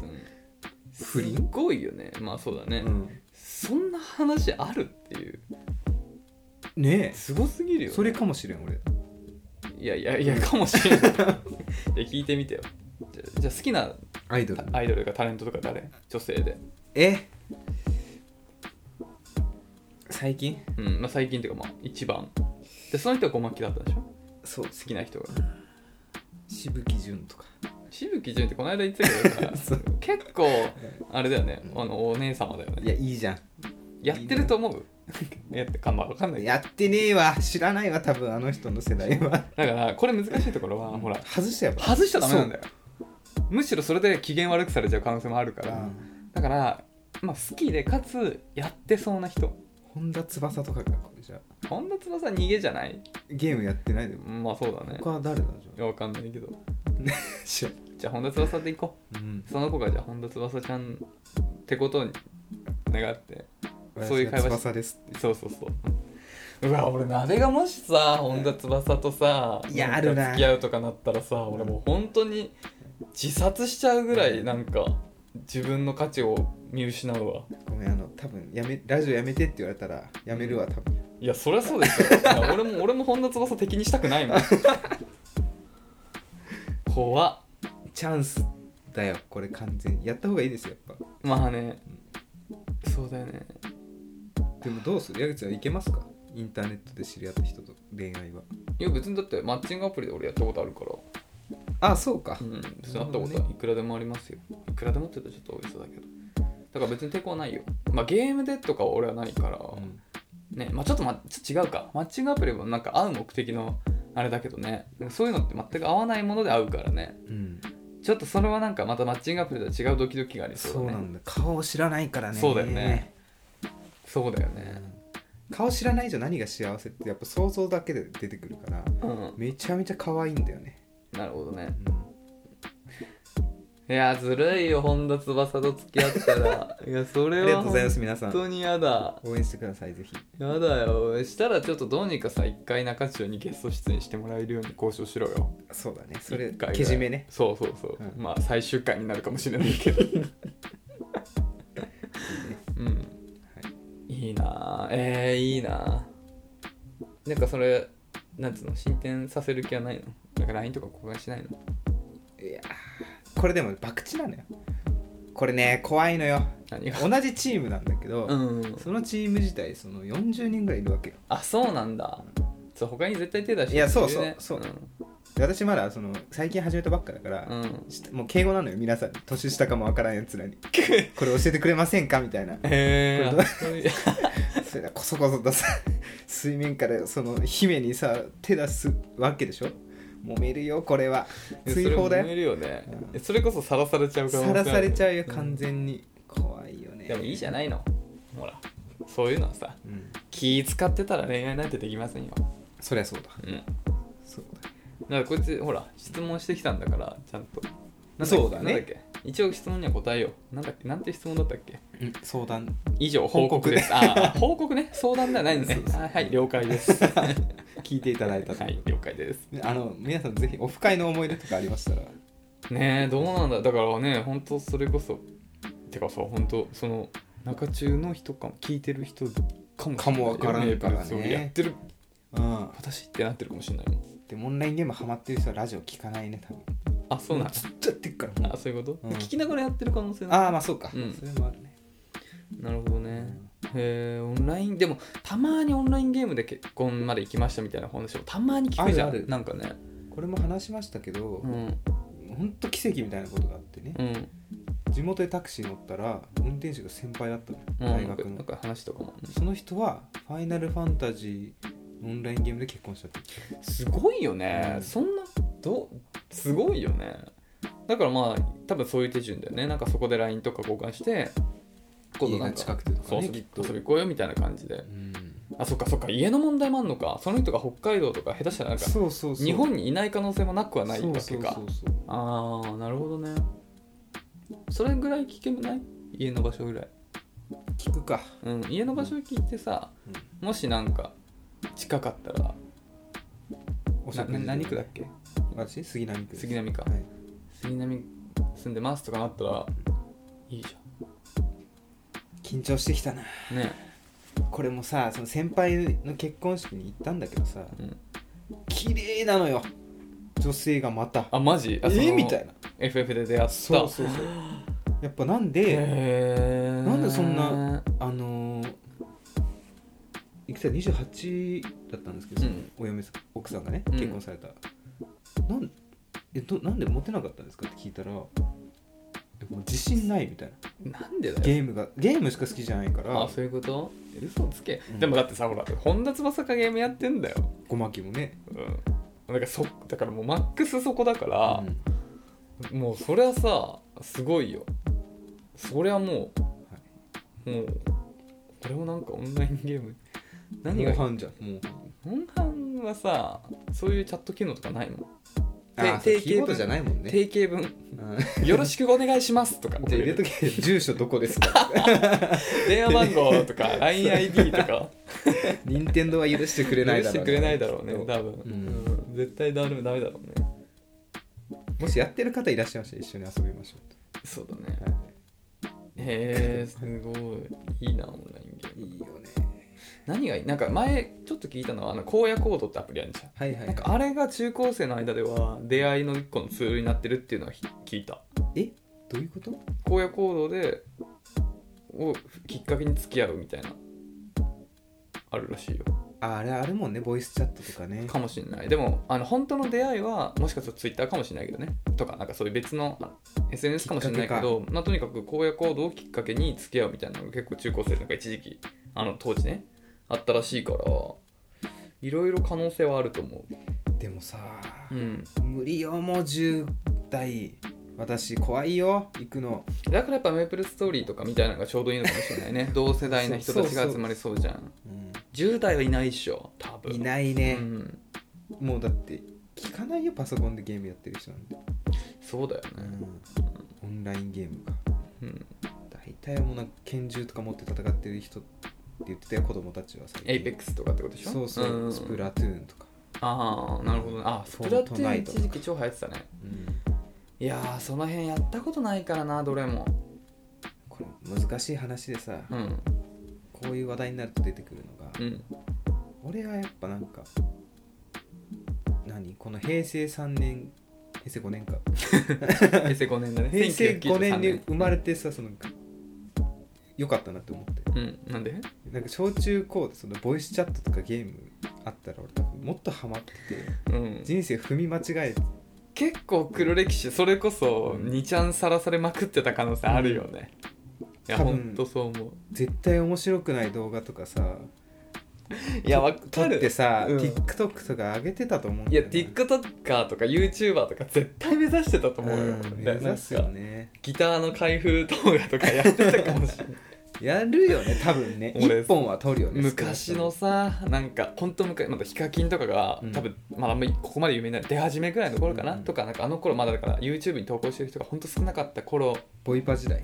Speaker 1: 不倫
Speaker 2: すごいよねまあそうだね、
Speaker 1: うん
Speaker 2: そんな話あるっていう
Speaker 1: ね
Speaker 2: すごすぎる
Speaker 1: え
Speaker 2: よ、ね、
Speaker 1: それかもしれん俺
Speaker 2: いやいやいやかもし れないいや聞いてみてよじゃじゃあ好きな
Speaker 1: アイドル
Speaker 2: アイドルがタレントとか誰女性で、
Speaker 1: え最近
Speaker 2: うんまあ、最近っていうかまあ一番でその人は小牧だったでしょ好
Speaker 1: そう好
Speaker 2: きな人が
Speaker 1: しぶきじゅんとか
Speaker 2: 紫吹淳ってこの間言ってたけ どさ
Speaker 1: そう
Speaker 2: 結構あれだよねあのお姉様だよ
Speaker 1: い
Speaker 2: ね
Speaker 1: やいいじゃん
Speaker 2: やってると 思うやってかまあわかんないけ
Speaker 1: やってねえわ知らないわ多分あの人の世代は
Speaker 2: どだからこれ難しいところはほら
Speaker 1: 外しちゃえば
Speaker 2: 外しちゃダメなんだよむしろそれで機嫌悪くされちゃう可能性もあるから、だから、まあ、好きでかつやってそうな人
Speaker 1: 本田翼とかかこれじゃあ
Speaker 2: 本田翼逃げじゃない
Speaker 1: ゲームやってないでも
Speaker 2: まあそうだね
Speaker 1: 他は誰だじ
Speaker 2: いやわかんないけど
Speaker 1: ゃあ知らん
Speaker 2: じゃあ本田翼で行こ
Speaker 1: うん
Speaker 2: うその子がじゃあ本田翼ちゃんってことに願ってそういう会話し
Speaker 1: 私が翼です
Speaker 2: そうそうそううわ俺鍋がもしさ本田翼とさ
Speaker 1: いや
Speaker 2: なんか
Speaker 1: あるな
Speaker 2: 付き合うとかなったらさ俺もう本当に自殺しちゃうぐらいなんか自分の価値を見失うわ
Speaker 1: ごめんあの多分やめラジオやめてって言われたらやめるわ多分
Speaker 2: いやそりゃそうです よいや俺も俺も本田翼敵にしたくないもん 怖っ
Speaker 1: チャンスだよこれ完全にやった方がいいですよやっぱ
Speaker 2: まあねそうだよね
Speaker 1: でもどうする矢口さんいけますかインターネットで知り合った人と恋愛はい
Speaker 2: や別にだってマッチングアプリで俺やったことあるから
Speaker 1: あそうか、
Speaker 2: うん、別にあったことはいくらでもありますよ。いくらでもって言ったらちょっと大げさだけど。だから別に抵抗はないよ。まあゲームでとかは俺はないから、
Speaker 1: うん
Speaker 2: ね、まあちょっと,、ま、ちょっと違うか。マッチングアプリもなんか会う目的のあれだけどね、そういうのって全く合わないもので会うからね。
Speaker 1: うん、
Speaker 2: ちょっとそれはなんかまたマッチングアプリとは違うドキドキがあり
Speaker 1: そ
Speaker 2: そう
Speaker 1: う
Speaker 2: だ
Speaker 1: な
Speaker 2: ね。
Speaker 1: んだ顔を知らないからね
Speaker 2: そうだよねそうだよ
Speaker 1: う
Speaker 2: ね。
Speaker 1: ん顔知らないじゃ何が幸せってやっぱ想像だけで出てくるから
Speaker 2: うん。
Speaker 1: めちゃめちゃ可愛いんだよね、
Speaker 2: なるほどね。
Speaker 1: う
Speaker 2: いや、ずるいよ、本田翼と付き合っ たら。いや、そ
Speaker 1: ん、
Speaker 2: れ
Speaker 1: ありがと
Speaker 2: は
Speaker 1: うございま
Speaker 2: 本
Speaker 1: す皆さん
Speaker 2: 当に嫌だ。
Speaker 1: 応援してくださいぜひ
Speaker 2: やだよしたらちょっとどうにかさ一回中中にゲスト出演してもらえるように交渉しろよ
Speaker 1: そうだねそれ
Speaker 2: 一回ぐらい
Speaker 1: けじめね
Speaker 2: そうそうそう、
Speaker 1: うん
Speaker 2: まあ最終回になるかもしれない けどうん、い、いなあえー、いいなあなんかそれなんつうの進展させる気はないのなんか LINE とか交換しないの
Speaker 1: いやーこれでも博打なのよこれね怖いのよ
Speaker 2: 何が
Speaker 1: 同じチームなんだけど、
Speaker 2: うん
Speaker 1: そのチーム自体その40人ぐらいいるわけよ
Speaker 2: あそうなんだそう他に絶対手出して
Speaker 1: いやそうそうそう
Speaker 2: う
Speaker 1: で私まだその最近始めたばっかだから、
Speaker 2: ん、うん、
Speaker 1: ちょっともう敬語なのよ皆さんに年下かもわからんやつらに これ教えてくれませんかみたいな
Speaker 2: え
Speaker 1: これどう
Speaker 2: ー、
Speaker 1: それがこそこそとさ 水面からその姫にさ手出すわけでしょ揉めるよこれは追放だ
Speaker 2: それ揉め
Speaker 1: よ
Speaker 2: るよね
Speaker 1: うん
Speaker 2: それこそさらされちゃう可能性
Speaker 1: さ
Speaker 2: ある
Speaker 1: らされちゃうよ
Speaker 2: ん
Speaker 1: 完全に、怖いよね
Speaker 2: でもいいじゃないのほらそういうのはさ
Speaker 1: うん、
Speaker 2: 気使ってたら恋愛なんてできませんよ
Speaker 1: そりゃそうだ
Speaker 2: うんだか
Speaker 1: そう
Speaker 2: らこいつほら質問してきたんだからちゃんと
Speaker 1: だそうだ
Speaker 2: なんだっ
Speaker 1: ね
Speaker 2: け一応質問には答えようなんだっけなんて質問だったっけ
Speaker 1: うん相談
Speaker 2: 以上報告ですあー報告ね相談ではないんですね
Speaker 1: そうそう
Speaker 2: あーはい了解です は
Speaker 1: 聞いていただいたと
Speaker 2: い了解です
Speaker 1: あの皆さんぜひオフ会の思い出とかありましたら
Speaker 2: ねえどうなんだだからね本当それこそてかさ本当その中中の人かも聞いてる人かも
Speaker 1: かもわからんからね
Speaker 2: そうやってる
Speaker 1: うん
Speaker 2: 私ってなってるかもしれないもん
Speaker 1: でもオンラインゲームハマってる人はラジオ聞かないね多分
Speaker 2: あそうなんだ
Speaker 1: ずっとやってるからもう
Speaker 2: あそういうこと、
Speaker 1: うん
Speaker 2: 聞きながらやってる可能性な
Speaker 1: ああまあそうか、
Speaker 2: うん
Speaker 1: それもあるね
Speaker 2: なるほどねへえオンラインでもたまにオンラインゲームで結婚まで行きましたみたいな話をたまに聞くじゃん
Speaker 1: あるある
Speaker 2: なんかね
Speaker 1: これも話しましたけど、
Speaker 2: うん
Speaker 1: ほんと奇跡みたいなことがあってね、
Speaker 2: うん
Speaker 1: 地元でタクシー乗ったら運転手が先輩だったのよ、
Speaker 2: うん
Speaker 1: 大学
Speaker 2: なん
Speaker 1: の
Speaker 2: か話とかも
Speaker 1: その人は「ファイナルファンタジー」オンラインゲームで結婚したって
Speaker 2: すごいよね、
Speaker 1: うん
Speaker 2: そんなどうすごいよねだからまあ多分そういう手順だよねなんかそこで LINE とか交換して今度
Speaker 1: 家
Speaker 2: な
Speaker 1: が
Speaker 2: んか
Speaker 1: 近くてと
Speaker 2: そ
Speaker 1: か
Speaker 2: う
Speaker 1: ね
Speaker 2: そう
Speaker 1: きっと
Speaker 2: 遊び行こうよみたいな感じで
Speaker 1: うん
Speaker 2: あそっかそっか家の問題もあんのかその人が北海道とか下手したらなんか
Speaker 1: そうそうそう
Speaker 2: 日本にいない可能性もなくはないわけか
Speaker 1: そうそうそうそう
Speaker 2: ああなるほどねそれぐらい聞けない家の場所ぐらい、
Speaker 1: 聞くか、
Speaker 2: うん、家の場所聞いてさもしなんか近かったら
Speaker 1: お食
Speaker 2: な
Speaker 1: 事
Speaker 2: な
Speaker 1: で
Speaker 2: 何区だっけ
Speaker 1: 私杉並区です
Speaker 2: 杉並か
Speaker 1: はい
Speaker 2: 杉並住んでますとかなったらいいじ
Speaker 1: 緊張してきたな
Speaker 2: ゃんね
Speaker 1: これもさその先輩の結婚式に行ったんだけどさ
Speaker 2: うん、
Speaker 1: 綺麗なのよ女性がまた
Speaker 2: あマジ
Speaker 1: え
Speaker 2: あその
Speaker 1: ーみたいな
Speaker 2: FF で出会った
Speaker 1: そうそうそう やっぱなんで
Speaker 2: へえ
Speaker 1: なんでそんなあのー、いくつだ28だったんですけど、その
Speaker 2: うん
Speaker 1: お嫁さん奥さんがね
Speaker 2: うん
Speaker 1: 結婚された、なんえどなんでモテなかったんですかって聞いたらえもう自信ないみたいな
Speaker 2: なんでだよ
Speaker 1: ゲームがゲームしか好きじゃないから
Speaker 2: あそういうこと嘘つけ、
Speaker 1: うん
Speaker 2: でもだってさほら本田翼かゲームやってんだよ
Speaker 1: ごまきもね
Speaker 2: うん、なんかそだからもうマックスそこだから
Speaker 1: う、ん
Speaker 2: もうそれはさすごいよそれはもう、もう俺もなんかオンラインゲーム何が
Speaker 1: モンハンじゃんもう
Speaker 2: モンハンはさそういうチャット機能とかないもん、
Speaker 1: あ定
Speaker 2: 定型文
Speaker 1: キーボードじゃないもんね
Speaker 2: 定型文
Speaker 1: うん
Speaker 2: 「よろしくお願いします」とか
Speaker 1: じゃあ入れとけ住所どこですか
Speaker 2: 電話番号とか LINEID とか
Speaker 1: 任天堂は許してくれない
Speaker 2: 許
Speaker 1: だ
Speaker 2: し
Speaker 1: ろ
Speaker 2: て
Speaker 1: う、
Speaker 2: くれないだろうね多分、
Speaker 1: うん
Speaker 2: うん絶対ダメダメだろうね
Speaker 1: もしやってる方いらっしゃいましたら一緒に遊びましょ
Speaker 2: そうだね
Speaker 1: うと、は
Speaker 2: へえすごいいいなオンラインゲー
Speaker 1: い、
Speaker 2: ム
Speaker 1: いいよね
Speaker 2: 何がいいなんか前ちょっと聞いたのはあの荒野行動ってアプリあるじゃん
Speaker 1: はいはい、は
Speaker 2: ないん、かあれが中高生の間では出会いの一個のツールになってるっていうのはひ聞いた
Speaker 1: えどういうこと
Speaker 2: 荒野行動でをきっかけに付き合うみたいなあるらしいよ
Speaker 1: ああれあれもねボイスチャットとかね
Speaker 2: かもしれないでもあの本当の出会いはもしかするとツイッターかもしれないけどねとかなんかそういう別のあ SNS かもしれないけどまあ、とにかく荒野行動をきっかけに付き合うみたいなのが結構中高生なんか一時期あの当時ねあったらしいからいろいろ可能性はあると思
Speaker 1: でもさ、
Speaker 2: う、うん、
Speaker 1: 無理よもう10代私怖いよ行くの
Speaker 2: だからやっぱメープルストーリーとかみたいなのがちょうどいいのかもしれない ね同世代の人たちが集まりそうじゃん
Speaker 1: う
Speaker 2: 10代はいないっしょ多分
Speaker 1: んいない
Speaker 2: ね
Speaker 1: ね、もうだって聞かないよパソコンでゲームやってる人なんで、
Speaker 2: そうだよね、
Speaker 1: オンラインゲームか
Speaker 2: うん、
Speaker 1: 大体もうなんか拳銃とか持って戦ってる人って言ってたよ子供たちは最
Speaker 2: エイペックスとかってことでしょ
Speaker 1: そうそう、
Speaker 2: ん
Speaker 1: スプラトゥーンとか、
Speaker 2: ああなるほどねあス
Speaker 1: フ
Speaker 2: プ
Speaker 1: ォ
Speaker 2: ラ
Speaker 1: ー
Speaker 2: ト
Speaker 1: ト
Speaker 2: ゥ
Speaker 1: ナ
Speaker 2: ーン
Speaker 1: イト
Speaker 2: 一時期超流行ってたねいやーその辺やったことないからなどれも
Speaker 1: これ難しい話でさ、
Speaker 2: うん
Speaker 1: こういう話題になると出てくるのが、
Speaker 2: うん
Speaker 1: 俺はやっぱなんか何この平成3年平成5年か
Speaker 2: 平成5年だね
Speaker 1: 平成5年に
Speaker 2: 1993
Speaker 1: 生まれてさそのよかったなって思って
Speaker 2: うんなんで
Speaker 1: なんか小中高でそのボイスチャットとかゲームあったら俺多分もっとハマってて
Speaker 2: うん
Speaker 1: 人生踏み間違えて
Speaker 2: 結構黒歴史それこそ2ちゃんさらされまくってた可能性あるよね、いや
Speaker 1: 多
Speaker 2: ほ
Speaker 1: 分
Speaker 2: んとそう思う
Speaker 1: 絶対面白くない動画とかさ
Speaker 2: いやわか
Speaker 1: 撮
Speaker 2: る
Speaker 1: ってさ、
Speaker 2: うん
Speaker 1: TikTok とか上げてたと思うん
Speaker 2: い
Speaker 1: だ
Speaker 2: や
Speaker 1: よ、ね、
Speaker 2: TikToker とか YouTuber とか絶対目指してたと思うよ、
Speaker 1: うん目指すよね
Speaker 2: ギターの開封動画とかやってたかもしれない
Speaker 1: やるよね多分 ね
Speaker 2: 俺
Speaker 1: 1本は撮るよね
Speaker 2: 昔のさなんかほんと昔まだヒカキンとかが、
Speaker 1: うん
Speaker 2: 多分まだあんまりここまで有名になる出始めぐらいの頃かな、
Speaker 1: うん
Speaker 2: とかなんかあの頃まだだから YouTube に投稿してる人がほんと少なかった頃
Speaker 1: ボイパ時代、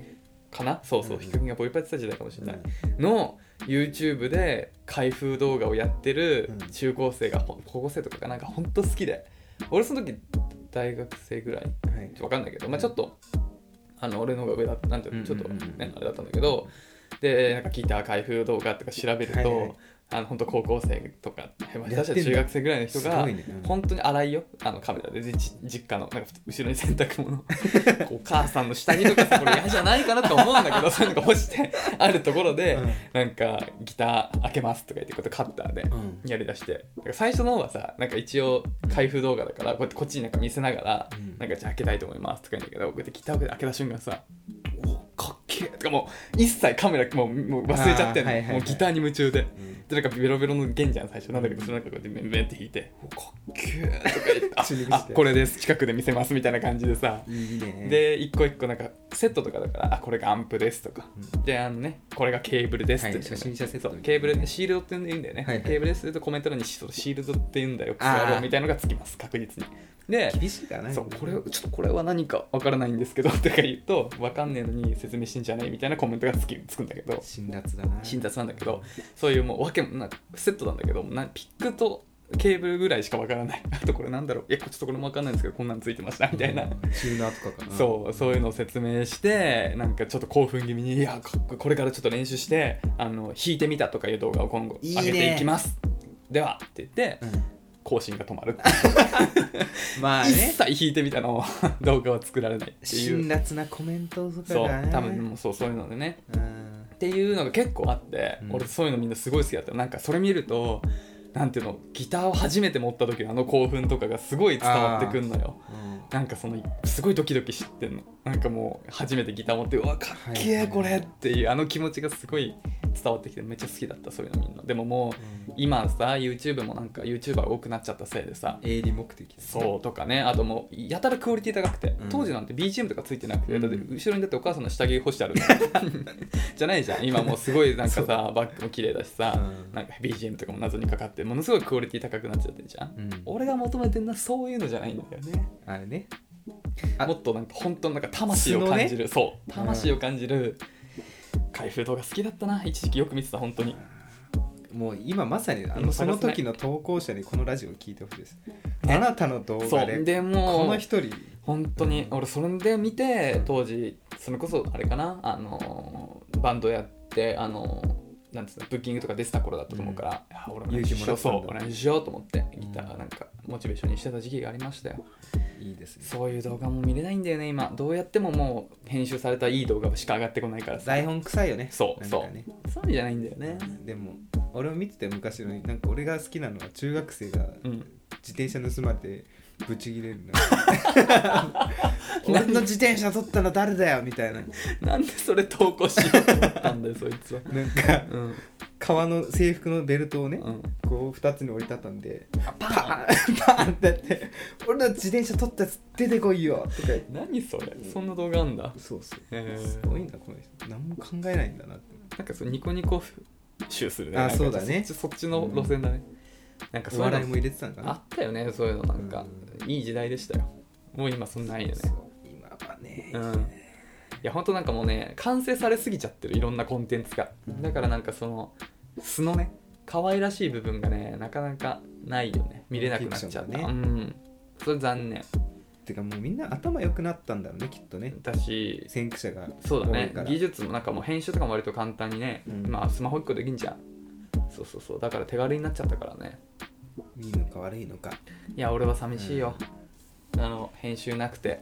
Speaker 2: かなそうそう、
Speaker 1: うん
Speaker 2: ヒカキンがボイパやってた時代かもしれない、の YouTube で開封動画をやってる
Speaker 1: うん
Speaker 2: 中高生が、ほん高校生とかがなんかほんと好きで俺その時大学生ぐらい
Speaker 1: はい
Speaker 2: わかんないけど、まあ、ちょっと、あの俺の方が上だったなんていうのちょっと、
Speaker 1: うんうんうんう
Speaker 2: ね
Speaker 1: ん
Speaker 2: あれだったんだけどでなんかギター開封動画とか調べると、
Speaker 1: はいはい
Speaker 2: あの本当高校生とか
Speaker 1: んだ
Speaker 2: 下手したら中学生ぐらいの人
Speaker 1: す
Speaker 2: が
Speaker 1: ごいね、うん
Speaker 2: 本当に洗いよあのカメラででじ実家のなんか後ろに洗 濯物こうお母さんの下着とかさこれ嫌じゃないかなと思うんだ けどそういうのが干してあるところで、
Speaker 1: うん
Speaker 2: なんかギター開けますとか言ってこうやってカッターで
Speaker 1: うん
Speaker 2: やりだしてだから最初の方はさなんか一応開封動画だからこうやってこっちになんか見せながら、
Speaker 1: うん
Speaker 2: なんかじゃあ開けたいと思いますとか言うんだけどこうやってギターを開けた瞬間さ「おかっけえ」とかもう一切カメラもうもう忘れちゃってんの、
Speaker 1: あーはいはいはい
Speaker 2: もうギターに夢中で。
Speaker 1: うん
Speaker 2: でなんかベロベロの弦じゃん最初なんだけどそれなんかこうやってメンメンって弾いて「おかっけえ」とか言ってあ
Speaker 1: 注目し
Speaker 2: あ
Speaker 1: て
Speaker 2: これです近くで見せます」みたいな感じでさ
Speaker 1: いいね、
Speaker 2: で一個一個なんかセットとかだから「あこれがアンプです」とか
Speaker 1: うん
Speaker 2: であのねこれがケーブルですって、
Speaker 1: はい初心者セット
Speaker 2: そうケーブルシールドって言うんだよね、
Speaker 1: はいはい
Speaker 2: ケーブルですって言うとコメント欄にシシールドって言うんだよクソ
Speaker 1: あー
Speaker 2: 野郎みたいのがつきます確実にで
Speaker 1: 厳しいからね
Speaker 2: そうこれをちょっとこれは何かわからないんですけどとか言うとわかんねえのに説明してんじゃねえみたいなコメントがつきつくんだけど
Speaker 1: 辛辣だな
Speaker 2: 診察なんだけどそういうもう訳もなんかセットなんだけどなピックとケーブルぐらいしかわからないあとこれなんだろういやちょっとこれもわかんないんですけどこんなんついてましたみたいな
Speaker 1: チューナーとかかな
Speaker 2: そうそういうのを説明してなんかちょっと興奮気味に「いやかっここれからちょっと練習してあの弾いてみた」とかいう動画を今後
Speaker 1: いいね
Speaker 2: 上げていきますではって言って
Speaker 1: うん
Speaker 2: 更新が止まる
Speaker 1: まあ
Speaker 2: 一
Speaker 1: ね
Speaker 2: 切弾いてみたのを 動画は作られないってい
Speaker 1: 辛
Speaker 2: う
Speaker 1: 辣なコメントとか
Speaker 2: そう
Speaker 1: がね
Speaker 2: 多分もうそうそういうのでね
Speaker 1: うん
Speaker 2: っていうのが結構あって、
Speaker 1: うん
Speaker 2: 俺そういうのみんなすごい好きだったなんかそれ見るとなんていうのギターを初めて持った時のあの興奮とかがすごい伝わってくんのよなんかそのすごいドキドキ知ってんのなんかもう初めてギター持ってうわかっけ
Speaker 1: はいは
Speaker 2: え
Speaker 1: い
Speaker 2: これっていうあの気持ちがすごい伝わってきてめっちゃ好きだったそういうのみんなでももう
Speaker 1: うん
Speaker 2: 今さ YouTube もなんか YouTuber 多くなっちゃったせいでさ
Speaker 1: 営利目的
Speaker 2: そうとかねあともうやたらクオリティ高くて、
Speaker 1: うん
Speaker 2: 当時なんて BGM とかついてなくて、
Speaker 1: うん
Speaker 2: だって後ろにだってお母さんの下着干してあるじゃないじゃん今もうすごいなんかさバッグも綺麗だしさ、
Speaker 1: うん
Speaker 2: なんか BGM とかも謎にかかってものすごいクオリティ高くなっちゃってるじゃん、
Speaker 1: うん
Speaker 2: 俺が求めてるのはそういうのじゃないんだよね
Speaker 1: あれねあ
Speaker 2: もっとなんか本当なんか魂を感じる、そう魂を感じる開封動画好きだったな一時期よく見てた本当に
Speaker 1: もう今まさにあ
Speaker 2: も
Speaker 1: の
Speaker 2: う探せ
Speaker 1: そ
Speaker 2: ない
Speaker 1: の時の投稿者にこのラジオを聞いてほしいです
Speaker 2: ね
Speaker 1: あなたの動
Speaker 2: そ
Speaker 1: 画
Speaker 2: う
Speaker 1: で
Speaker 2: で
Speaker 1: こ
Speaker 2: も
Speaker 1: の
Speaker 2: う
Speaker 1: 一人
Speaker 2: 本当に俺それで見て当時それこそあれかなあのーバンドやってあのーなんつうのブッキングとか出てた頃だったと思うから、いや俺も
Speaker 1: 勇気もらったんだ
Speaker 2: そう同じしようと思ってギターなんかモチベーションにしてた時期がありましたよ
Speaker 1: いいですね
Speaker 2: そういう動画も見れないんだよね今どうやってももう編集されたいい動画しか上がってこないからさ
Speaker 1: 台本臭いよね
Speaker 2: そう
Speaker 1: なんかね
Speaker 2: そうそうじゃないんだよね
Speaker 1: でも俺も見てたよ昔のなんか俺が好きなのは中学生が
Speaker 2: うん
Speaker 1: 自転車盗まれてブチギレるの 俺の自転車取ったの誰だよみたいな
Speaker 2: なんでそれ投稿しようと思ったんだよそいつは
Speaker 1: なんか
Speaker 2: うん
Speaker 1: 革の制服のベルトをね、
Speaker 2: うん
Speaker 1: こう2つに折りたたんで
Speaker 2: パ
Speaker 1: パーンパーンってやって俺の自転車取ったやつ出てこいよとか言って
Speaker 2: 何それそんな動画あんだ
Speaker 1: そうそう
Speaker 2: へー
Speaker 1: すごいんだこの人何も考えないんだなって
Speaker 2: なんかそのニコニコ集するね
Speaker 1: あ
Speaker 2: なんか
Speaker 1: そうだね
Speaker 2: そっちそっちの路線だね、なんか
Speaker 1: お
Speaker 2: そう
Speaker 1: 笑い
Speaker 2: いう
Speaker 1: も
Speaker 2: の
Speaker 1: 入れてたのかな
Speaker 2: あったよねそういうのなんか、いい時代でしたよもう今そんなんないよね
Speaker 1: そう今はね、
Speaker 2: うんいやほんとなんかもうね完成されすぎちゃってるいろんなコンテンツがだからなんかその素のね可愛らしい部分がねなかなかないよね見れなくなっちゃった
Speaker 1: フィクション
Speaker 2: う
Speaker 1: が
Speaker 2: んそれ残念
Speaker 1: てかもうみんな頭良くなったんだろうねきっとね
Speaker 2: だし
Speaker 1: 先駆者が
Speaker 2: そうだ
Speaker 1: 多い
Speaker 2: ね
Speaker 1: から
Speaker 2: 技術もなんかもう編集とかも割と簡単にね、
Speaker 1: うん
Speaker 2: まあスマホ1個できんじゃんそうそうそうだから手軽になっちゃったからね
Speaker 1: いいのか悪いのか
Speaker 2: いや俺は寂しいよ、あの編集な くて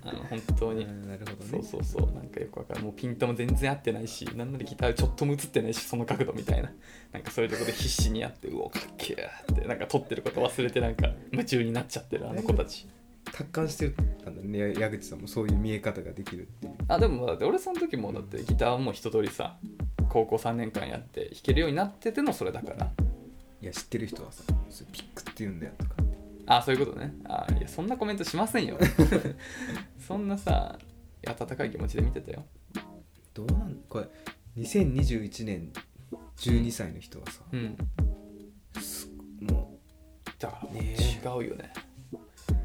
Speaker 2: あの本当に、
Speaker 1: うんなるほどね
Speaker 2: そうそうそうなんかよくわかるもうピントも全然合ってないしなんならギターちょっとも映ってないしその角度みたいななんかそういうとこで必死にやってうおかっけーってなんか撮ってること忘れてなんか夢中になっちゃってるあの子たち
Speaker 1: 達観してたんだね矢口さんもそういう見え方ができるっていう
Speaker 2: あでもだって俺その時もだってギターはもう一通りさ高校3年間やって弾けるようになっててのそれだから
Speaker 1: いや知ってる人はさそれピックって言うんだよとか
Speaker 2: あそういうことねあいやそんなコメントしませ んよそんなさ温かい気持ちで見てたよ
Speaker 1: どうなんこれ2021年12歳の人はさ、
Speaker 2: うん
Speaker 1: も
Speaker 2: だからもう
Speaker 1: ね
Speaker 2: 違うよね
Speaker 1: う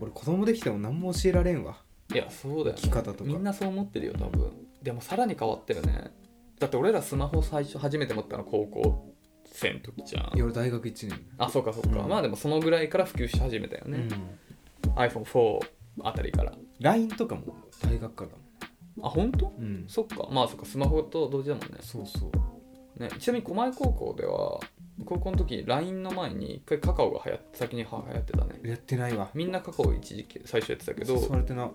Speaker 1: 俺子供できても何も教えられんわ
Speaker 2: いやそうだよ、
Speaker 1: 生き
Speaker 2: ね、
Speaker 1: 方とか
Speaker 2: みんなそう思ってるよ多分でもさらに変わったよねだって俺らスマホ最初初めて持ったの高校生の時じゃ
Speaker 1: いや
Speaker 2: ん
Speaker 1: 俺大学1年
Speaker 2: あそうかそうか、
Speaker 1: うん
Speaker 2: まあでもそのぐらいから普及し始めたよ
Speaker 1: だよ
Speaker 2: ね、
Speaker 1: ね、
Speaker 2: iPhone4 あたりから
Speaker 1: LINE とかも大学からだも
Speaker 2: あ本当
Speaker 1: ん、うん、
Speaker 2: そっかまあそっかスマホと同時だもんね
Speaker 1: そうそう
Speaker 2: ねちなみに狛江高校では高校の時 LINE の前に一回カカオが流行って先に流行ってたね
Speaker 1: やってないわ
Speaker 2: みんなカカオ一時期最初やってたけど
Speaker 1: 誘
Speaker 2: だ
Speaker 1: われてな、うん
Speaker 2: っ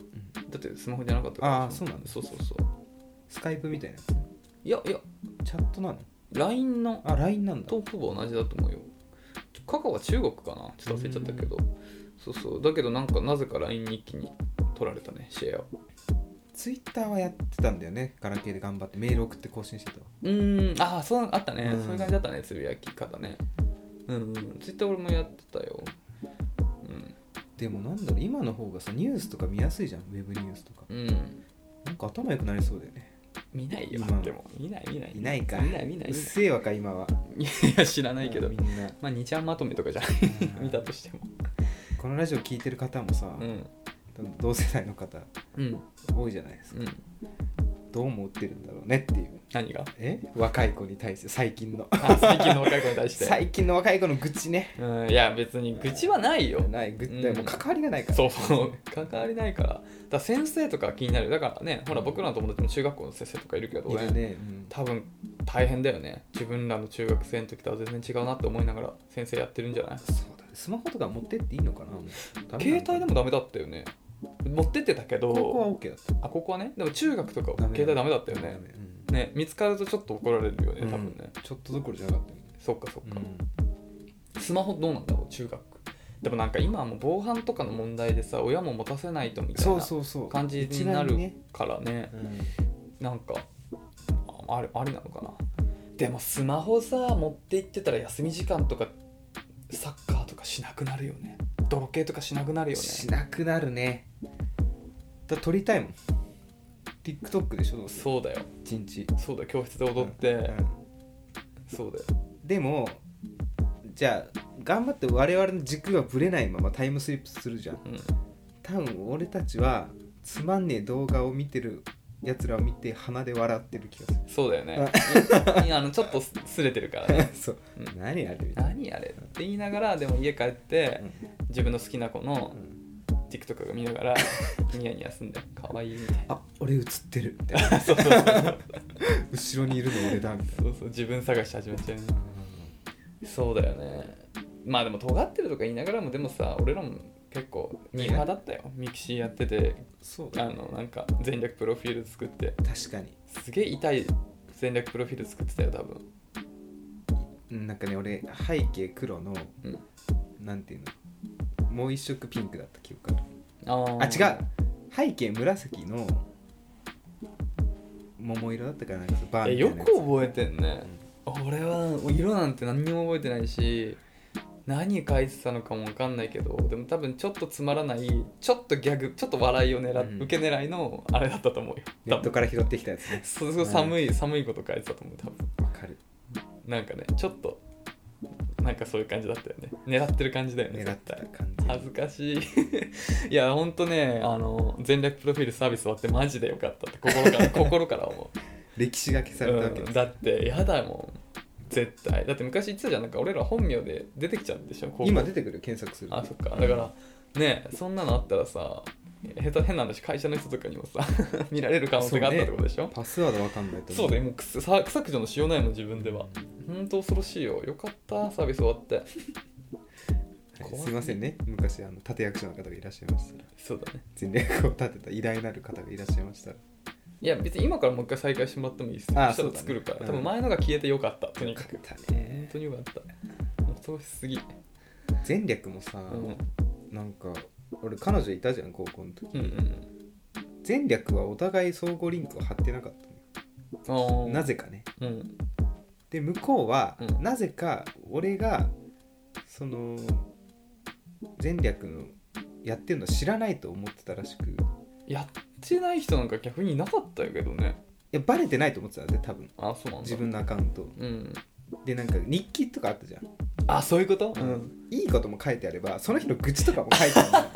Speaker 2: てスマホじゃなかった
Speaker 1: あーそうなんだ
Speaker 2: そうそうそう
Speaker 1: スカイプみたいない
Speaker 2: やいや
Speaker 1: やつチャットなの
Speaker 2: LINE の
Speaker 1: あ LINE なんだ
Speaker 2: とほぼ同じだと思うよカカオは中国かなちょっと忘れちゃったけどそうそうだけどなんかなぜか LINE に一気に取られたねシェアを
Speaker 1: ツイッターはやってたんだよねガラケーで頑張ってメール送って更新してたわ
Speaker 2: うーんああそうあったね、
Speaker 1: うん
Speaker 2: そういう感じだったねつぶやき方ねうんツイッター俺もやってたようん
Speaker 1: でもなんだろう今の方がさニュースとか見やすいじゃんウェブニュースとか
Speaker 2: うん
Speaker 1: なんか頭良くなりそうだよね
Speaker 2: 見ないよ、
Speaker 1: 今
Speaker 2: でも見ない見ない
Speaker 1: いないか
Speaker 2: 見ない見ない
Speaker 1: っ
Speaker 2: う見ない
Speaker 1: せえわか今はい
Speaker 2: や知らないけど
Speaker 1: みんな
Speaker 2: まあ2ちゃんまとめとかじゃない 見たとしても
Speaker 1: このラジオ聞いてる方もさ、
Speaker 2: うん
Speaker 1: 同世代の方
Speaker 2: うん
Speaker 1: 多いじゃないですか
Speaker 2: うん
Speaker 1: どう思ってるんだろうねっていう
Speaker 2: 何が
Speaker 1: え若い子に対して最近の
Speaker 2: あ最近の若い子に対して、
Speaker 1: 最近の若い子の愚痴ね
Speaker 2: うん、いや別に愚痴はないよ
Speaker 1: ない愚痴、
Speaker 2: うん
Speaker 1: もう関わりがないから
Speaker 2: そうそう関わりないからだから先生とか気になるだからねほら僕らの友達も中学校の先生とかいるけど
Speaker 1: い
Speaker 2: 俺
Speaker 1: るね、うん
Speaker 2: 多分大変だよね自分らの中学生の時とは全然違うなって思いながら先生やってるんじゃない
Speaker 1: そうだねスマホとか持ってっていいのかなもう
Speaker 2: 携帯で
Speaker 1: だ
Speaker 2: もダメだったよね持ってってたけど
Speaker 1: 高校は OK だった
Speaker 2: あここはねでも中学とか
Speaker 1: ダメ
Speaker 2: 携帯ダメだったよね
Speaker 1: ダメうん
Speaker 2: ね見つかるとちょっと怒られるよね多分ね、
Speaker 1: うんちょっとどころじゃなかったよね
Speaker 2: そっかそっか、
Speaker 1: うん
Speaker 2: スマホどうなんだろう中学でもなんか今はもう防犯とかの問題でさ親も持たせないとみたい
Speaker 1: そう
Speaker 2: な
Speaker 1: そうそう
Speaker 2: 感じにな
Speaker 1: 一概
Speaker 2: る
Speaker 1: ね
Speaker 2: からね
Speaker 1: うん
Speaker 2: なんかああれありなのかなでもスマホさ持って行ってたら休み時間とかサッカーとかしなくなるよね泥系とかしなくなるよね
Speaker 1: しなくなるねだ撮りたいもん TikTok でしょどうせ
Speaker 2: そうだよ
Speaker 1: 一日
Speaker 2: そうだよ教室で踊って、
Speaker 1: うん
Speaker 2: そうだよ
Speaker 1: でもじゃあ頑張って我々の軸がぶれないままタイムスリップするじゃん
Speaker 2: うん
Speaker 1: 多分俺たちはつまんねえ動画を見てるやつらを見て鼻で笑ってる気がす
Speaker 2: そうだよねいやあのちょっとすすれてるからね
Speaker 1: る そう、
Speaker 2: うん
Speaker 1: 何あれみたいな、
Speaker 2: 何あれって言いながらでも家帰って
Speaker 1: うん
Speaker 2: 自分の好きな子の
Speaker 1: うん
Speaker 2: TikTok が見なが らニヤニヤすんだよかわいいみたいな
Speaker 1: あ俺映ってるみたいな
Speaker 2: そうそうそう
Speaker 1: 後ろにいるの俺だみたい
Speaker 2: そうそう自分探し始めちゃうね
Speaker 1: な
Speaker 2: そうだよねまあでも尖ってるとか言いながらもでもさ俺らも結構ミーハーだったよミキシーやってて
Speaker 1: そう
Speaker 2: あ
Speaker 1: だね
Speaker 2: のなんか全略プロフィール作って
Speaker 1: 確かに
Speaker 2: すげえ痛い全略プロフィール作ってたよ多分
Speaker 1: うんなんかね俺背景黒の
Speaker 2: うん
Speaker 1: なんていうのもう一色ピンクだった記憶ある
Speaker 2: あ
Speaker 1: あ違う背景紫の桃色だったからなんかそのバー
Speaker 2: え
Speaker 1: みたい
Speaker 2: よ
Speaker 1: なや
Speaker 2: く
Speaker 1: つ
Speaker 2: 覚えてんね、俺は色なんて何にも覚えてないし何書いてたのかも分かんないけどでも多分ちょっとつまらないちょっとギャグちょっと笑いを狙っ、
Speaker 1: うん
Speaker 2: 受け狙いのあれだったと思うよ
Speaker 1: ネ
Speaker 2: 多
Speaker 1: ット
Speaker 2: 分
Speaker 1: から拾ってきたやつね
Speaker 2: そうそう寒い寒いこと書いてたと思う多分
Speaker 1: わかる
Speaker 2: なんかねちょっとなんかそういう感じだったよね狙ってる感じだよね
Speaker 1: 狙っ
Speaker 2: 絶
Speaker 1: てた
Speaker 2: 対
Speaker 1: 感
Speaker 2: 恥ずかしい いやほんとねあの全略プロフィールサービス終わってマジでよかったって心 から心から思う
Speaker 1: じ歴史が消されたわけ
Speaker 2: うんだってやだもん絶対だって昔言ってたじゃんなんか俺ら本名で出てきちゃうんでしょ高校
Speaker 1: 今出てくる検索する
Speaker 2: あそっかだからねそんなのあったらさ下手変な話会社の人とかにもさ 見られる可能性があったってことでしょ
Speaker 1: パスワードわかんないと
Speaker 2: そ
Speaker 1: 思
Speaker 2: うだよもうくすさ削除のしようないの自分ではほんと恐ろしいよよかったサービス終わって
Speaker 1: はい
Speaker 2: 怖い
Speaker 1: すいませんね昔あの立役者の方がいらっしゃいましたら
Speaker 2: そうだね
Speaker 1: 全略を立てた偉大なる方がいらっしゃいましたら
Speaker 2: いや別に今からもう一回再開してもらってもいいです
Speaker 1: あ
Speaker 2: し
Speaker 1: そ
Speaker 2: た
Speaker 1: う
Speaker 2: ら
Speaker 1: だね
Speaker 2: 作るから、
Speaker 1: うん
Speaker 2: 多分前のが消えてよかったとに
Speaker 1: よか
Speaker 2: か
Speaker 1: っ
Speaker 2: く
Speaker 1: た
Speaker 2: 本
Speaker 1: ね
Speaker 2: 当によかった恐ろしすぎ
Speaker 1: 前略もさ、
Speaker 2: うん
Speaker 1: なんか俺彼女いたじゃん高校の時
Speaker 2: うんうん
Speaker 1: 前略はお互い相互リンクを貼ってなかったのよ
Speaker 2: あー
Speaker 1: なぜかね
Speaker 2: うん
Speaker 1: で向こうは、
Speaker 2: うん
Speaker 1: なぜか俺がその前略のやってるの知らないと思ってたらしくい
Speaker 2: やってない人なんか逆にいなかったけどね
Speaker 1: やバレてないと思ってたんだよ多分
Speaker 2: あそうなんだ
Speaker 1: 自分のアカウント
Speaker 2: うん
Speaker 1: でなんか日記とかあったじゃん、
Speaker 2: あそういうことう
Speaker 1: うんんいいことも書いてあればその日の愚痴とかも書いてあるんだよ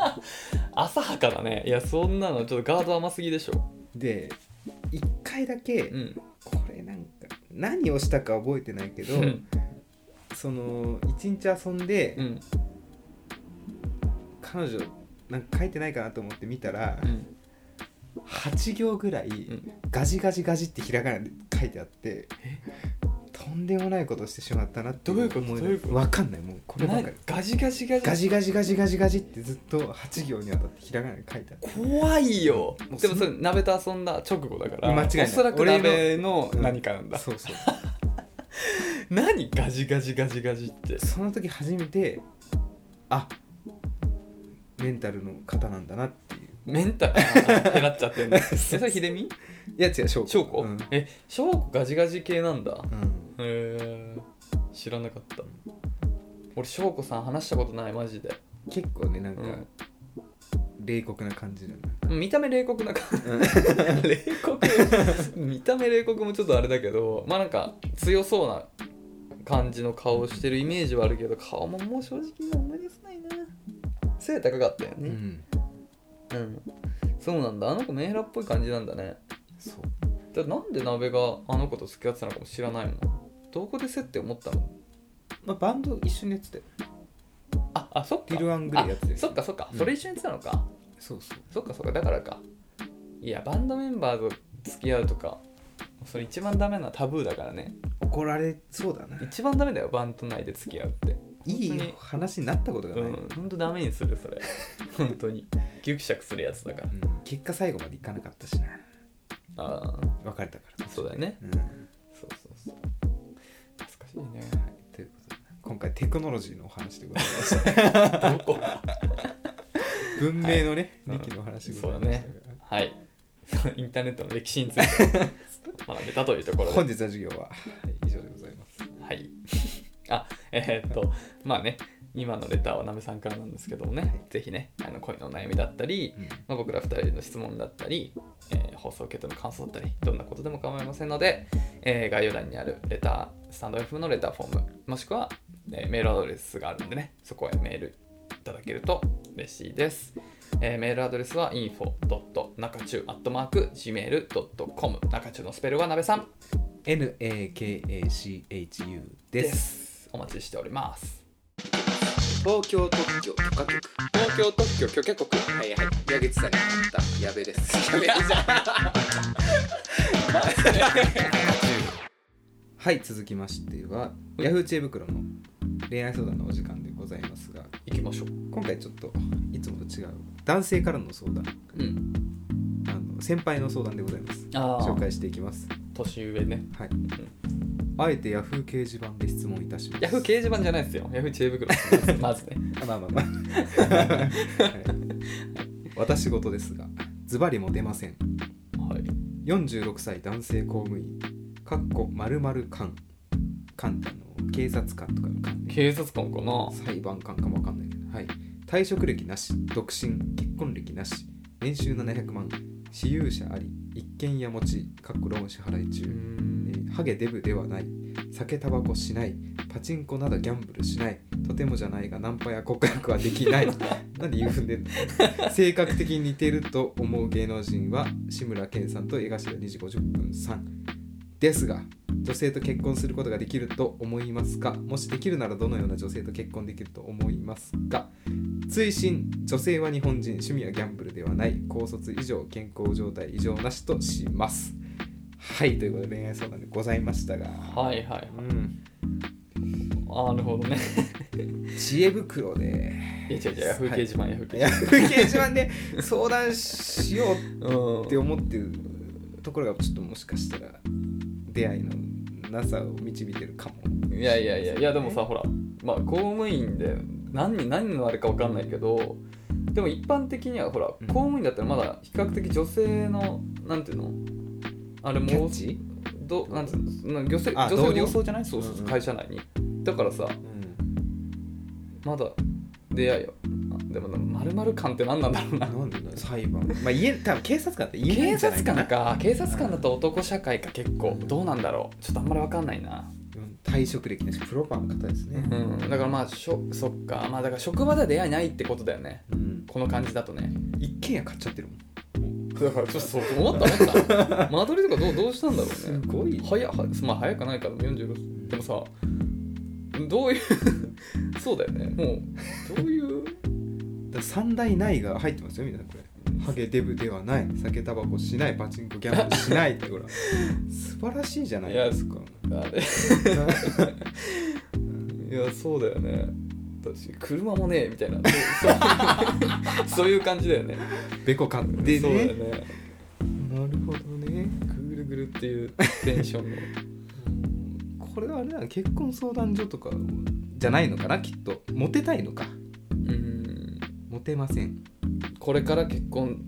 Speaker 2: 浅はかだねいやそんなのちょっとガード甘すぎでしょ
Speaker 1: で一回だけ、
Speaker 2: うん
Speaker 1: これなんか何をしたか覚えてないけど、
Speaker 2: うん
Speaker 1: その一日遊んで、
Speaker 2: うん
Speaker 1: 彼女なんか書いてないかなと思って見たら、
Speaker 2: うん
Speaker 1: 8行ぐらい、
Speaker 2: うん
Speaker 1: ガジガジガジってひらがなで書いてあってとんでもないことしてしまったなって
Speaker 2: どういうこと
Speaker 1: 思
Speaker 2: どういうこと
Speaker 1: わかんないもうこればっかり
Speaker 2: なガジガジガジ
Speaker 1: ガジガジガジガジガジってずっと8行にわたってひらがなで書いてあって
Speaker 2: 怖いよ
Speaker 1: もう
Speaker 2: でもそれ鍋と遊んだ直後だから
Speaker 1: 間違いない
Speaker 2: おそらく
Speaker 1: 俺の
Speaker 2: 鍋の何かなんだ、
Speaker 1: そうそう
Speaker 2: 何ガジガジガジガジって
Speaker 1: その時初めてあメンタルの方なんだなっていう
Speaker 2: メンタル減らっち ゃってんだえそれ秀美
Speaker 1: いや違う証拠
Speaker 2: 翔子、
Speaker 1: うん、
Speaker 2: え翔子ガジガジ系なんだ
Speaker 1: うん
Speaker 2: へえ知らなかった俺翔子さん話したことないマジで、
Speaker 1: 結構ねなんか、
Speaker 2: うん
Speaker 1: 冷酷な感じだな
Speaker 2: 見た目冷酷な感
Speaker 1: うん
Speaker 2: 冷酷 見た目冷酷もちょっとあれだけどまあなんか強そうな感じの顔をしてるイメージはあるけど顔ももう正直今思い出せないな背高かったよ
Speaker 1: う
Speaker 2: ね
Speaker 1: ん
Speaker 2: うん、そうなんだあの子メンヘラっぽい感じなんだね
Speaker 1: そう
Speaker 2: だからなんで鍋があの子と付き合ってたのかも知らないもんどこで接点を持ったの
Speaker 1: まあ、バンド一緒にやってたよ
Speaker 2: ああそっか
Speaker 1: ディル・アングレイやってたよ
Speaker 2: あそっかそっか、
Speaker 1: うん
Speaker 2: それ一緒にやってたのか
Speaker 1: そうそう
Speaker 2: そっかそっかだからかいやバンドメンバーと付き合うとかそれ一番ダメなタブーだからね
Speaker 1: 怒られそうだな
Speaker 2: 一番ダメだよバンド内で付き合うって
Speaker 1: い
Speaker 2: 本
Speaker 1: い話になったこと
Speaker 2: 当
Speaker 1: が
Speaker 2: に
Speaker 1: ない、
Speaker 2: うん本当ダメにするそれ 本当にギュクシャクするやつだから
Speaker 1: うん結果最後までいかなかったしな
Speaker 2: あ
Speaker 1: 別れたから
Speaker 2: あそうだよね
Speaker 1: うん
Speaker 2: そうそうそう懐かしいね
Speaker 1: はい、ということで今回テクノロジーのお話でございました
Speaker 2: どこ
Speaker 1: 文明のね、
Speaker 2: はい
Speaker 1: 歴のお話でございましたが
Speaker 2: はい インターネットの歴史について学べたというところで
Speaker 1: 本日の授業は、はい以上でございます
Speaker 2: はい。 あ、えーっと、まあね、今のレターはなべさんからなんですけどもね、ぜひね、あの恋のお悩みだったり、
Speaker 1: うん
Speaker 2: まあ、僕ら2人への質問だったり、えー放送受けての感想だったり、どんなことでも構いませんので、えー概要欄にあるレター、スタンド FM のレターフォーム、もしくは、えーメールアドレスがあるんでね、そこへメールいただけると嬉しいです。えーメールアドレスは info.nakachu.gmail.com 中中のスペルはなべさん
Speaker 1: NAKACHU です
Speaker 2: お待ちしております。
Speaker 1: 東京特許許可局
Speaker 2: 東京特許許可国
Speaker 1: はいはい矢口さんに会ったやべです はい続きましてはヤフー知恵袋の恋愛相談のお時間でございますが
Speaker 2: 行きましょう
Speaker 1: 今回ちょっといつもと違う男性からの相談
Speaker 2: うん
Speaker 1: あの先輩の相談でございます
Speaker 2: あ
Speaker 1: 紹介していきます
Speaker 2: 年上ね
Speaker 1: はいあえてヤフー掲示板で質問いたします
Speaker 2: ヤフー掲示板じゃないですよヤフー知恵袋ですまずね
Speaker 1: あまあまあまあ、はい 私事ですがズバリも出ません
Speaker 2: はい
Speaker 1: 46歳男性公務員かっこまる官官ってあの警察官とかの官ね
Speaker 2: 警察官かな
Speaker 1: 裁判官かもわかんないけど、はい、退職歴なし独身結婚歴なし年収700万私有者あり一軒家持ちかっこローン支払いう
Speaker 2: ー
Speaker 1: 中、え
Speaker 2: ん
Speaker 1: ーハゲデブではない酒タバコしないパチンコなどギャンブルしないとてもじゃないがナンパや告白はできないなんで言うんでんの性格的に似てると思う芸能人は志村けんさんと江頭2時50分さんですが女性と結婚することができると思いますかもしできるならどのような女性と結婚できると思いますか追伸女性は日本人趣味はギャンブルではない高卒以上健康状態異常なしとしますはいということで恋愛相談でございましたが、
Speaker 2: はいはいはい
Speaker 1: うん、
Speaker 2: あなるほどね
Speaker 1: 知恵袋で
Speaker 2: いや違う違うヤフー掲示板ヤフー掲
Speaker 1: ヤ
Speaker 2: 示
Speaker 1: フー掲示板で相談しよう
Speaker 2: 板うん
Speaker 1: って思ってるところがちょっともしかしたら出会いのなさを導いてるかも
Speaker 2: いやいやいやいやでもさほらまあ公務員で何に何のあれか分かんないけどでも一般的にはほら
Speaker 1: うん
Speaker 2: 公務員だったらまだ比較的女性のなんていうのあれ
Speaker 1: キャ
Speaker 2: も
Speaker 1: ッチ、
Speaker 2: どなんていうのな女性
Speaker 1: あ
Speaker 2: 女性は
Speaker 1: 同僚
Speaker 2: 同層じゃないそうそうそう
Speaker 1: うんうん
Speaker 2: 会社内にだからさまだ出会いよでもまるまる感って何なんだろうな
Speaker 1: なんでだ裁判まあ言え多分警察官って言えないん
Speaker 2: 警
Speaker 1: じゃない
Speaker 2: 察官か警察官だと男社会か結構
Speaker 1: うん
Speaker 2: どうなんだろうちょっとあんまり分かんないな
Speaker 1: うん退職歴なしプロパンの方ですね
Speaker 2: うんだからまあしょそっかまあだから職場では出会いないってことだよね
Speaker 1: うん
Speaker 2: この感じだとね
Speaker 1: 一軒家買っちゃってるもん
Speaker 2: だからちょっとそう思った思った間取りとかどうどうしたんだろう
Speaker 1: す
Speaker 2: ね
Speaker 1: ごいよ
Speaker 2: 早はまあ早くないから46でもさどういうそうだよねもうどういう
Speaker 1: だから三大ないが入ってますよみんなこれハゲデブではない酒タバコしないパチンコギャンブルしないってほ ら素晴らしいじゃないですか
Speaker 2: あれいやそうだよね私車もねえみたいなそうそういう感じだよね
Speaker 1: ベコ買って
Speaker 2: そうだよ
Speaker 1: ね
Speaker 2: ね
Speaker 1: なるほどね
Speaker 2: ぐるぐるっていうテンションの
Speaker 1: これはあれだ結婚相談所とかじゃないのかなきっとモテたいのか
Speaker 2: うん
Speaker 1: モテません、
Speaker 2: これから結婚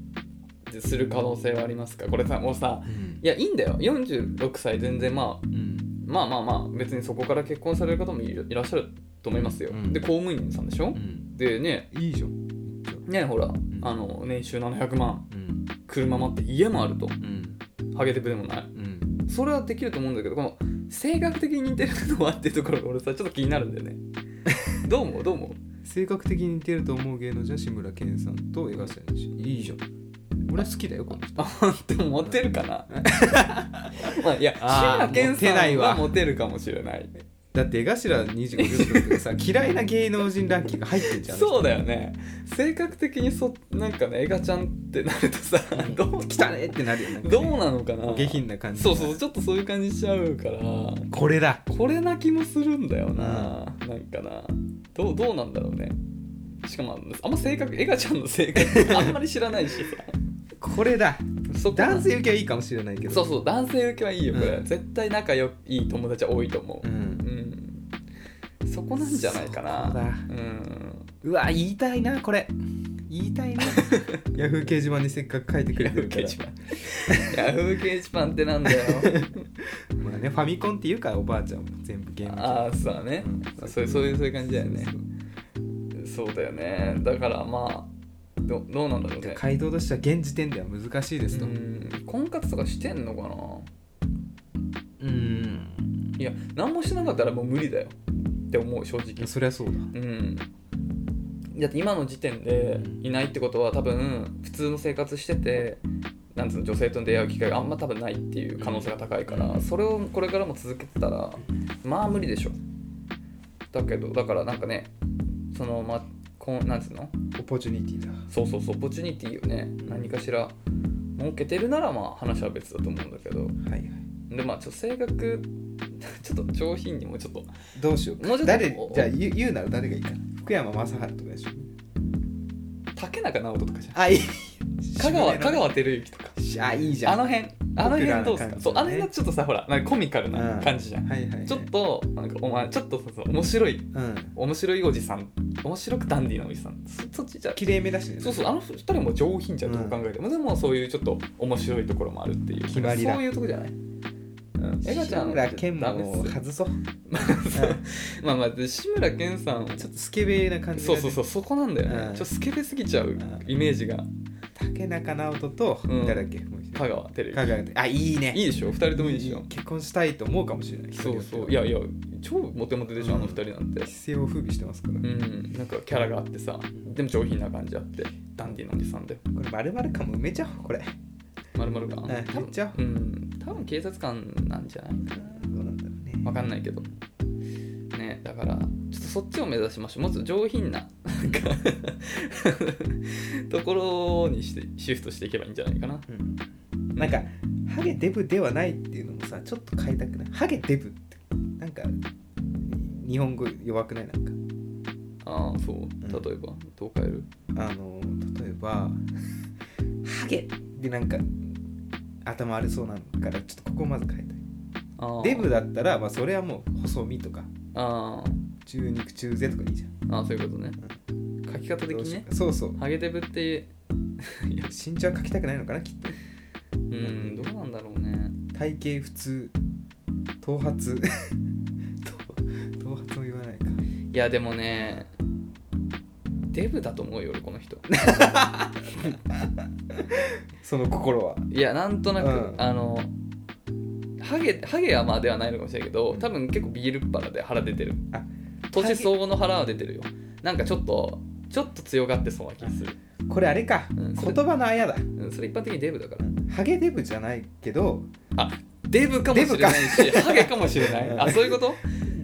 Speaker 2: する可能性はありますかこれさもうさ
Speaker 1: うん
Speaker 2: いやいいんだよ46歳全然、まあ、
Speaker 1: うん
Speaker 2: まあまあまあ別にそこから結婚される方もいるいらっしゃると思いますよ、
Speaker 1: うん
Speaker 2: で公務員さんでしょ、
Speaker 1: うん
Speaker 2: でね
Speaker 1: いいじゃんめっちゃ
Speaker 2: ねほら、あの年収700万
Speaker 1: うん
Speaker 2: 車もあって家もある
Speaker 1: う
Speaker 2: と
Speaker 1: ん
Speaker 2: ハゲテプでもない
Speaker 1: うん
Speaker 2: それはできると思うんだけどこの性格的に似てるのはっていうところが俺さちょっと気になるんだよねどう思うどう思う
Speaker 1: 性格的に似てると思う芸能人は志村けんさんと江頭にしいいじゃん俺好きだよこの人
Speaker 2: あでもモテるかな まあいや志
Speaker 1: あー
Speaker 2: 村けん
Speaker 1: モテな
Speaker 2: さ
Speaker 1: い
Speaker 2: ん
Speaker 1: わ
Speaker 2: はモテるかもしれない
Speaker 1: だって江頭25分でさ嫌いな芸能人ランキング入ってんじゃん
Speaker 2: そうだよね性格的にそなんかねエガちゃんってなるとさ
Speaker 1: ん
Speaker 2: どう
Speaker 1: 汚ねってなるよね
Speaker 2: どうなのかな
Speaker 1: 下品な感じ
Speaker 2: そうそうちょっとそういう感じしちゃうから
Speaker 1: これだ
Speaker 2: これな気もするんだよな、なんかなどうどうなんだろうねしかもあんま性格エガちゃんの性 格あんまり知らないしさ
Speaker 1: これだ
Speaker 2: そこ
Speaker 1: 男性受けはいいかもしれないけど
Speaker 2: そうそう男性受けはいいよこれ、
Speaker 1: うん
Speaker 2: 絶対仲良いい友達は多いと思う
Speaker 1: うん
Speaker 2: うんそこなんじゃないかな
Speaker 1: そこだ
Speaker 2: うん
Speaker 1: うわ言いたいなこれ言いたいな ヤフー掲示板にせっかく書いてくれ
Speaker 2: ヤ
Speaker 1: てる
Speaker 2: フー
Speaker 1: か
Speaker 2: 掲
Speaker 1: ら
Speaker 2: 示板ヤフー掲示板ってなんだよ
Speaker 1: まあねファミコンっていうからおばあちゃんも全部ゲーム機
Speaker 2: ああそうだね、
Speaker 1: うん
Speaker 2: そうそういうそういう感じだよねそうだよねだからまあどどうなんだろう
Speaker 1: じゃあ
Speaker 2: ね
Speaker 1: 回答としては現時点では難しいですと
Speaker 2: うん婚活とかしてんのかな
Speaker 1: うん
Speaker 2: いや何もしてなかったらもう無理だよって思う正直
Speaker 1: そりゃそうだ
Speaker 2: うんだって今の時点でいないってことは多分普通の生活しててなんつうの女性との出会う機会があんま多分ないっていう可能性が高いからそれをこれからも続けてたらまあ無理でしょだけどだからなんかねそのまあこんなんつうの
Speaker 1: オポチュニティだ
Speaker 2: そうそうそうオポチュニティをね何かしら設けてるならまあ話は別だと思うんだけ
Speaker 1: は
Speaker 2: ど
Speaker 1: いはい
Speaker 2: でまあちょっと性格 ちょっと上品にもちょっと
Speaker 1: どうしよう
Speaker 2: もうちょっと
Speaker 1: 誰
Speaker 2: こう
Speaker 1: じゃあ言う言うなら誰がいいかな福山雅治とかでしょ
Speaker 2: 竹中直人とかじゃ ん
Speaker 1: あいい
Speaker 2: 香川香川照之とか
Speaker 1: 川あいいじゃん
Speaker 2: あの辺あの
Speaker 1: ポピュラー
Speaker 2: 辺
Speaker 1: な
Speaker 2: どうすか、
Speaker 1: 感じだね
Speaker 2: そうあの辺はちょっとさほらなんかコミカルな感じじゃん、
Speaker 1: はいはい、はい、
Speaker 2: ちょっとなんかお前ちょっとそうそう面白い
Speaker 1: うん
Speaker 2: 面白いおじさん面白くダンディーなおじさんそそっちじゃ
Speaker 1: 綺麗めだしね
Speaker 2: そうそうあの二人も上品じゃんどう考えても、でもそういうちょっと面白いところもあるっていう
Speaker 1: 決まりだ
Speaker 2: そういうとこじゃないうん
Speaker 1: 志
Speaker 2: エガちゃん
Speaker 1: 村けん
Speaker 2: ダメっ
Speaker 1: も
Speaker 2: す
Speaker 1: 外そう
Speaker 2: まあ まあまあで志村けんさん
Speaker 1: ちょっとスケベな感じ
Speaker 2: そうそうそううそこなんだよね、
Speaker 1: うん
Speaker 2: ちょっとスケベすぎちゃうんイメージが
Speaker 1: 竹中直人と
Speaker 2: うん
Speaker 1: 誰だっけもう一人
Speaker 2: 香川照
Speaker 1: 香川あいいね
Speaker 2: 之いいでしょ二人ともいいでしょ
Speaker 1: 結婚したいと思うかもしれない
Speaker 2: そうそうい
Speaker 1: や
Speaker 2: やいや超モテモテでしょ、
Speaker 1: うん
Speaker 2: あの二人なんて
Speaker 1: 一世を風靡してますから、
Speaker 2: うんなんかキャラがあってさでも上品な感じあってダンディーなおじさんで
Speaker 1: これ丸々かも埋めちゃおうこれ
Speaker 2: まるまる感
Speaker 1: ええ
Speaker 2: 多
Speaker 1: めっちゃ
Speaker 2: 分うん多分警察官なんじゃないかな
Speaker 1: どうなんだろうね
Speaker 2: わかんないけどねだからちょっとそっちを目指しましょうもっと上品ななんかところにしてシフトしていけばいいんじゃないかな
Speaker 1: うんなんかハゲデブではないっていうのもさちょっと変えたくないハゲデブってなんか日本語弱くないなんか
Speaker 2: ああそう例えば、どう変える
Speaker 1: あの例えば「ハゲ!」でなんか頭悪そうなのからちょっとここをまず変えたい
Speaker 2: あー
Speaker 1: デブだったら、まあ、それはもう細身とか
Speaker 2: あー
Speaker 1: 中肉中背とかいいじゃん
Speaker 2: あーそういうことね、書き方的
Speaker 1: どう
Speaker 2: に
Speaker 1: しよ
Speaker 2: ね
Speaker 1: うかそうそう
Speaker 2: ハゲデブって
Speaker 1: 身長は書きたくないのかなきっと
Speaker 2: うんどうなんだろうね
Speaker 1: 体型普通頭髪 頭頭髪も言わないか
Speaker 2: いやでもねデブだと思うよ俺この人
Speaker 1: その心はい
Speaker 2: やなんとなく、
Speaker 1: うん
Speaker 2: あのハゲハゲはまあではないのかもしれないけど
Speaker 1: うん
Speaker 2: 多分結構ビールっ腹で腹出てる
Speaker 1: あ
Speaker 2: 年相応の腹は出てるよなんかちょっとちょっと強がってそうな気がする、
Speaker 1: これあれか、
Speaker 2: うんそれ
Speaker 1: 言葉のあやだ
Speaker 2: うん、それ一般的にデブだから
Speaker 1: ハゲデブじゃないけど
Speaker 2: デブかもしれないしハゲかもしれな
Speaker 1: う
Speaker 2: い
Speaker 1: ん
Speaker 2: あそういうこと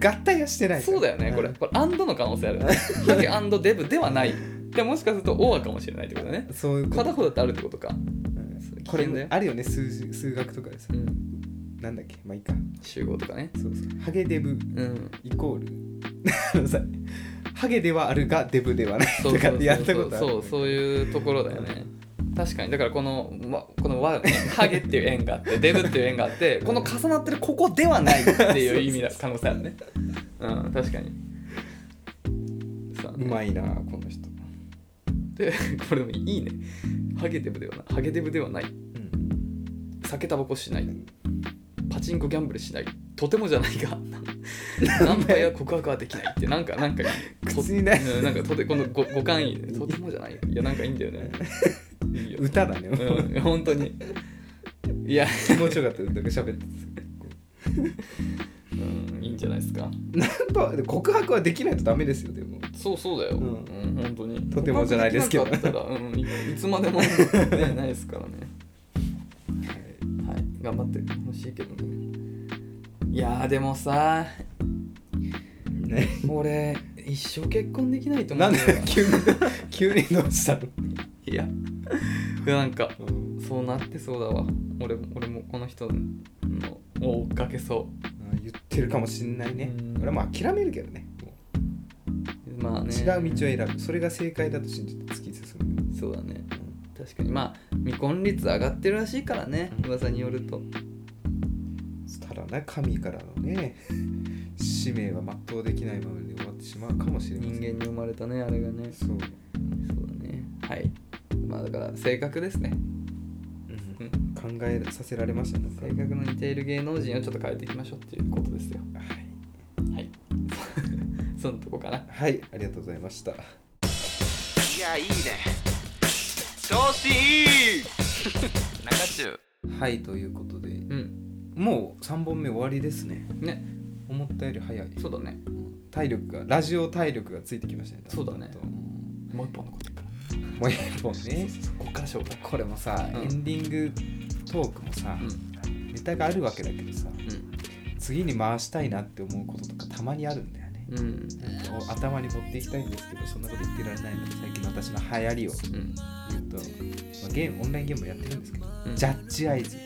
Speaker 1: 合体はしてないから
Speaker 2: そうだよねこれ
Speaker 1: ん
Speaker 2: これアンドの可能性あるハゲアンドデブではないでもしかするとオアかもしれないってことね
Speaker 1: そういうこと
Speaker 2: 片方だってあるってことか、
Speaker 1: うん
Speaker 2: 危
Speaker 1: これ
Speaker 2: 険だよ
Speaker 1: あるよね数字数学とかでさ
Speaker 2: うん、
Speaker 1: なんだっけまあいいか
Speaker 2: 集合とかね
Speaker 1: そうそうハゲデブ
Speaker 2: うん
Speaker 1: イコールさハゲではあるがデブではない
Speaker 2: そう
Speaker 1: と
Speaker 2: そ
Speaker 1: かっ
Speaker 2: うそ
Speaker 1: て
Speaker 2: う
Speaker 1: やったことある
Speaker 2: そうそういうところだよね確かにだからこの「わ」このわ、 ハゲっていう縁があってデブっていう縁があってこの重なってるここではないっていう意味だ可能性あ るねうん確かにさあ
Speaker 1: うまいなこの人、
Speaker 2: で これもいいねハゲデブではないハゲデブではない
Speaker 1: うん、
Speaker 2: 酒タバコしないパチンコギャンブルしないとてもじゃない が何杯は告白はできないってなんかなんかい い
Speaker 1: 口にない
Speaker 2: うんなんかとてこの五五感いいねとてもじゃないいやなんかいいんだよねいいよ
Speaker 1: 歌だね、
Speaker 2: うん、本当に。いや、
Speaker 1: 気持ちよかった歌が喋って
Speaker 2: うん、いいんじゃないですか。
Speaker 1: た本当は告白はできないとダメですよでも
Speaker 2: そうそうだよ。う、
Speaker 1: うんん
Speaker 2: 本当に。
Speaker 1: とてもじゃないですけど
Speaker 2: 告白できなかったら、うん、いいつま でも、ね、ないですからね。はい、頑張ってほしいけどね。いやーでもさ
Speaker 1: ね
Speaker 2: 俺一生結婚できないと思
Speaker 1: な
Speaker 2: うんん
Speaker 1: で
Speaker 2: だよ
Speaker 1: 急に急にどうしたの、
Speaker 2: いやなんかそうなってそうだわ俺も俺もこの人のを追っかけそう
Speaker 1: あ言ってるかもしんないね
Speaker 2: うん
Speaker 1: 俺はもう諦めるけどねも
Speaker 2: まあ
Speaker 1: う
Speaker 2: ね
Speaker 1: 違う道を選ぶそれが正解だと信じて突き進む、
Speaker 2: そうだね確かにまあ未婚率上がってるらしいからね
Speaker 1: うん
Speaker 2: 噂によると
Speaker 1: そしたらな神からのね使命は全うできないままで終わってしまうかもしれませ
Speaker 2: 人
Speaker 1: ん
Speaker 2: 間に生まれたねあれがね
Speaker 1: そう、
Speaker 2: そうだねはいまあだから性格ですね、う
Speaker 1: うん
Speaker 2: ん、
Speaker 1: 考えさせられましたなんか
Speaker 2: 性格の似ている芸能人をちょっと変えていきましょうっていうことですよ
Speaker 1: はい
Speaker 2: はいそのとこかな
Speaker 1: はい、ありがとうございました。
Speaker 3: いやいいね調子いい中中
Speaker 1: はい、ということで、
Speaker 2: うん
Speaker 1: もう3本目終わりですね。
Speaker 2: ね
Speaker 1: 思ったより早い。
Speaker 2: そうだね
Speaker 1: 体力が、ラジオ体力がついてきましたね。
Speaker 2: そうだね
Speaker 1: うん
Speaker 2: もう一本残ってるから
Speaker 1: もう一本ね。
Speaker 2: そこから紹介
Speaker 1: これもさ、
Speaker 2: うん
Speaker 1: エンディングトークもさ、ネタがあるわけだけどさ、
Speaker 2: うん
Speaker 1: 次に回したいなって思うこととかたまにあるんだよね。
Speaker 2: うん
Speaker 1: を頭に持っていきたいんですけどそんなこと言ってられないので最近の私の流行りを
Speaker 2: うん
Speaker 1: 言うと、まあ、ゲームオンラインゲームもやってるんですけど、
Speaker 2: うん
Speaker 1: ジャッジアイズ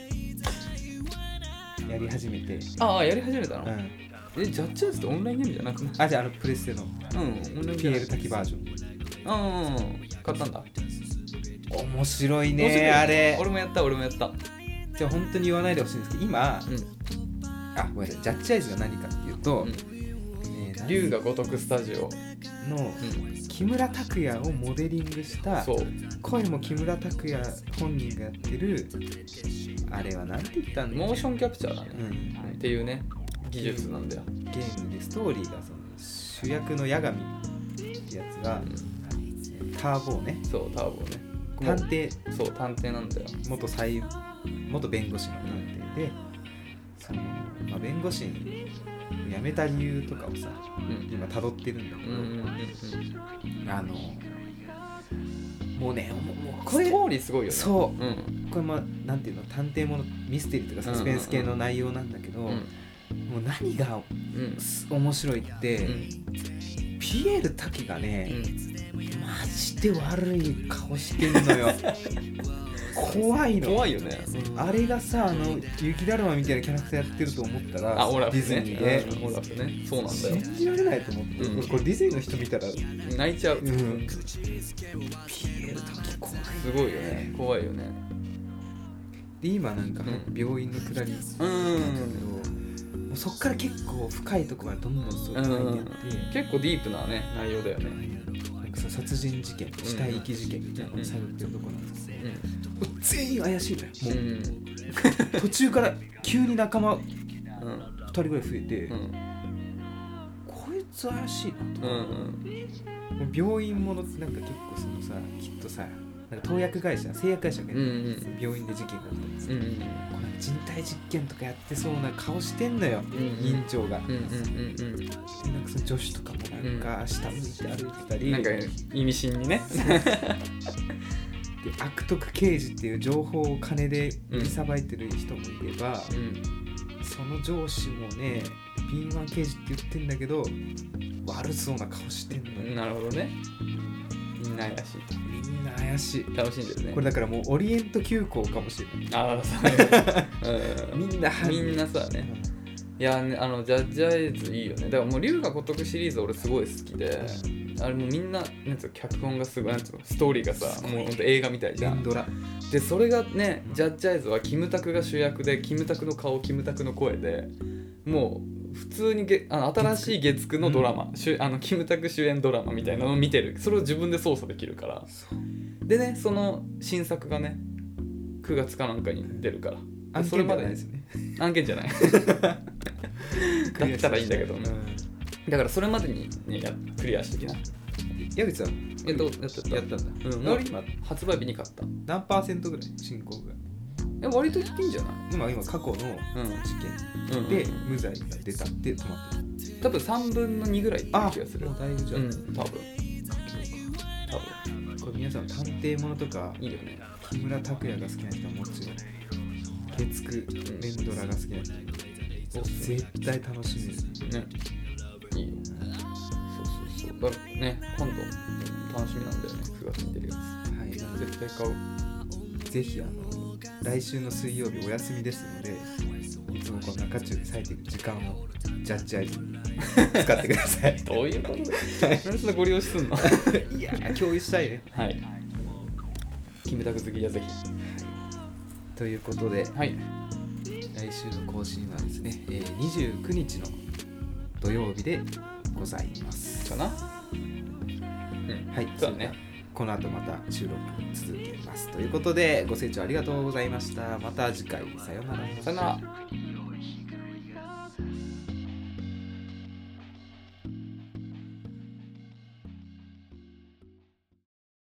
Speaker 1: やり始めて、
Speaker 2: ああやり始めたの、
Speaker 1: うん、
Speaker 2: えジャッジアイズってオンラインゲームじゃなくない
Speaker 1: あじゃああのプレステの
Speaker 2: うんオンラインゲーム
Speaker 1: PL 滝バージョン
Speaker 2: うんうんうん買ったんだ
Speaker 1: 面白い
Speaker 2: 面白い
Speaker 1: ね
Speaker 2: よ
Speaker 1: あれ
Speaker 2: 俺もやった俺もやったう
Speaker 1: じゃあ本当に言わないでほしいんですけど今
Speaker 2: ん
Speaker 1: あごめんなさいジャッジアイズが何かっていうと、
Speaker 2: うん
Speaker 1: えー
Speaker 2: 龍が如くスタジオ
Speaker 1: の
Speaker 2: うん
Speaker 1: 木村拓哉をモデリングした
Speaker 2: そう
Speaker 1: 声も木村拓哉本人がやってるあれは何て言ったんだ
Speaker 2: モーションキャプチャーだ
Speaker 1: う
Speaker 2: ね、
Speaker 1: ん
Speaker 2: うんっていうね技術なんだよ、
Speaker 1: ゲームでストーリーがその主役の八神ってやつが
Speaker 2: うん
Speaker 1: ターボをね
Speaker 2: そうターボねも
Speaker 1: 探
Speaker 2: う
Speaker 1: 偵
Speaker 2: そう探偵なんだよ
Speaker 1: 元裁元弁護士の探偵でその、まあ、弁護士に辞めた理由とかをさ
Speaker 2: うん
Speaker 1: 今辿ってるんだ
Speaker 2: うんうんうんうん
Speaker 1: けどあのもうねもうもうこ
Speaker 2: ス
Speaker 1: れ
Speaker 2: トーリーすごいよね
Speaker 1: そう
Speaker 2: ううん
Speaker 1: これまあなんていうの探偵ものミステリーとかサスペンス系の内容なんだけど、
Speaker 2: うん
Speaker 1: もう何が
Speaker 2: うん
Speaker 1: す面白いって、
Speaker 2: うん
Speaker 1: ピエール滝が
Speaker 2: う
Speaker 1: ね、
Speaker 2: ん
Speaker 1: マジで悪い顔してんの よ怖いの
Speaker 2: 怖いよね
Speaker 1: あれがさあの雪だるまみたいなキャラクターやってると思ったら
Speaker 2: あオラ
Speaker 1: ディ
Speaker 2: フ
Speaker 1: ズ
Speaker 2: ね
Speaker 1: ニーで、
Speaker 2: うんオラフねそうなんだよ
Speaker 1: 信じられないと思って、
Speaker 2: うん
Speaker 1: これディズニーの人見たらう
Speaker 2: 泣いちゃうん
Speaker 1: ピエール滝怖い
Speaker 2: すごいよね怖いよね
Speaker 1: で今なんか
Speaker 2: うん
Speaker 1: 病院のくだり
Speaker 2: う
Speaker 1: だけ
Speaker 2: ん
Speaker 1: どもうそっから結構深いところはどんどんそういうって
Speaker 2: 結構ディープなね内容だよね
Speaker 1: なんかさ殺人事件死体遺棄事件みたいなのを探ってるところなんですけど、もう全員怪しいのよ
Speaker 2: うん
Speaker 1: も
Speaker 2: うん
Speaker 1: う途中から急に仲間2
Speaker 2: うん
Speaker 1: 人ぐらい増えて、
Speaker 2: うん
Speaker 1: こいつ怪しいなと、
Speaker 2: うん
Speaker 1: もう病院ものってなんか結構そのさきっとさなんか投薬会社製薬会社が、
Speaker 2: うんうん
Speaker 1: 病院で事件が起きたりさ、
Speaker 2: うん
Speaker 1: こうなんか人体実験とかやってそうな顔してんのよ、
Speaker 2: うんうん
Speaker 1: 院長が、
Speaker 2: うんうん
Speaker 1: で
Speaker 2: うんうん
Speaker 1: なんかその女子とかもなんか下向いて歩いてたり、
Speaker 2: なんか意味深にね
Speaker 1: で悪徳刑事っていう情報を金で売りさばいてる人もいれば、
Speaker 2: うん
Speaker 1: その上司もね敏腕刑事って言ってんだけど悪そうな顔してんのよ、
Speaker 2: なるほどね。みんな怪し
Speaker 1: みんな怪しい
Speaker 2: い。楽しんでるね。
Speaker 1: これだからもうオリエント急行かもしれない
Speaker 2: あ あ、そう。
Speaker 1: みんな
Speaker 2: みんなさね。いやね、あの、ジャッジアイズいいよね。だからもう、龍が如くシリーズ俺すごい好きで、あれもうみんな、なんつうの、脚本がすごい、なんつうの、ストーリーが
Speaker 1: す
Speaker 2: さ、
Speaker 1: ごい
Speaker 2: もうほんと映画みたいじゃ
Speaker 1: 連
Speaker 2: ん。
Speaker 1: ドラ
Speaker 2: で、それがね、ジャッジアイズはキムタクが主役で、キムタクの顔、キムタクの声で、もう、普通にげあの新しい月9のドラマ、主あのキムタク主演ドラマみたいなのを見てるそれを自分で操作できるからでねその新作がね9月かなんかに出るから
Speaker 1: あ
Speaker 2: で
Speaker 1: そ
Speaker 2: そ
Speaker 1: れ
Speaker 2: れ
Speaker 1: ま
Speaker 2: ま
Speaker 1: でな
Speaker 2: で
Speaker 1: いですね
Speaker 2: 案件じゃないだったらいいんだけどねだからそれまでに、ね、やクリアしてきな
Speaker 1: 矢口さん
Speaker 2: えっとやっちゃった
Speaker 1: やったんだ、
Speaker 2: うん
Speaker 1: 俺今
Speaker 2: 発売日に買った
Speaker 1: 何パーセントぐらい進行が
Speaker 2: え割といいんじゃない
Speaker 1: 今今過去の事
Speaker 2: うん、う
Speaker 1: 件
Speaker 2: ん、
Speaker 1: で無罪が出たって止まってる
Speaker 2: 多分3分の2ぐらいっていう気がする
Speaker 1: もうだいぶじゃ、
Speaker 2: うんん
Speaker 1: こ
Speaker 2: 多分多
Speaker 1: れ
Speaker 2: 分
Speaker 1: 皆さん探偵ものとか
Speaker 2: いいよね
Speaker 1: 木村拓哉が好きな人はもちろん月9連ドラが好きな人絶対楽しみです
Speaker 2: ねいいよそうそうそうだからね今度楽しみなんだよね9月に出るや
Speaker 1: はいなの
Speaker 2: つ
Speaker 1: で
Speaker 2: 絶対買う
Speaker 1: ぜひあの来週の水曜日お休みですのでいつもこの中中で割いていく時間をジャッジアイズ に使ってください
Speaker 2: どういうこと何でそんなご利用しすんの
Speaker 1: いやー共有したいね
Speaker 2: はい。キムタク好きやぜひ。
Speaker 1: ということで
Speaker 2: はい。
Speaker 1: 来週の更新はですね、えー29日の土曜日でございます
Speaker 2: かな。うん。
Speaker 1: はい
Speaker 2: そうだね。
Speaker 1: この後また収録続けますということでご清聴ありがとうございましたまた次回さようなら
Speaker 2: さよなら。
Speaker 3: 「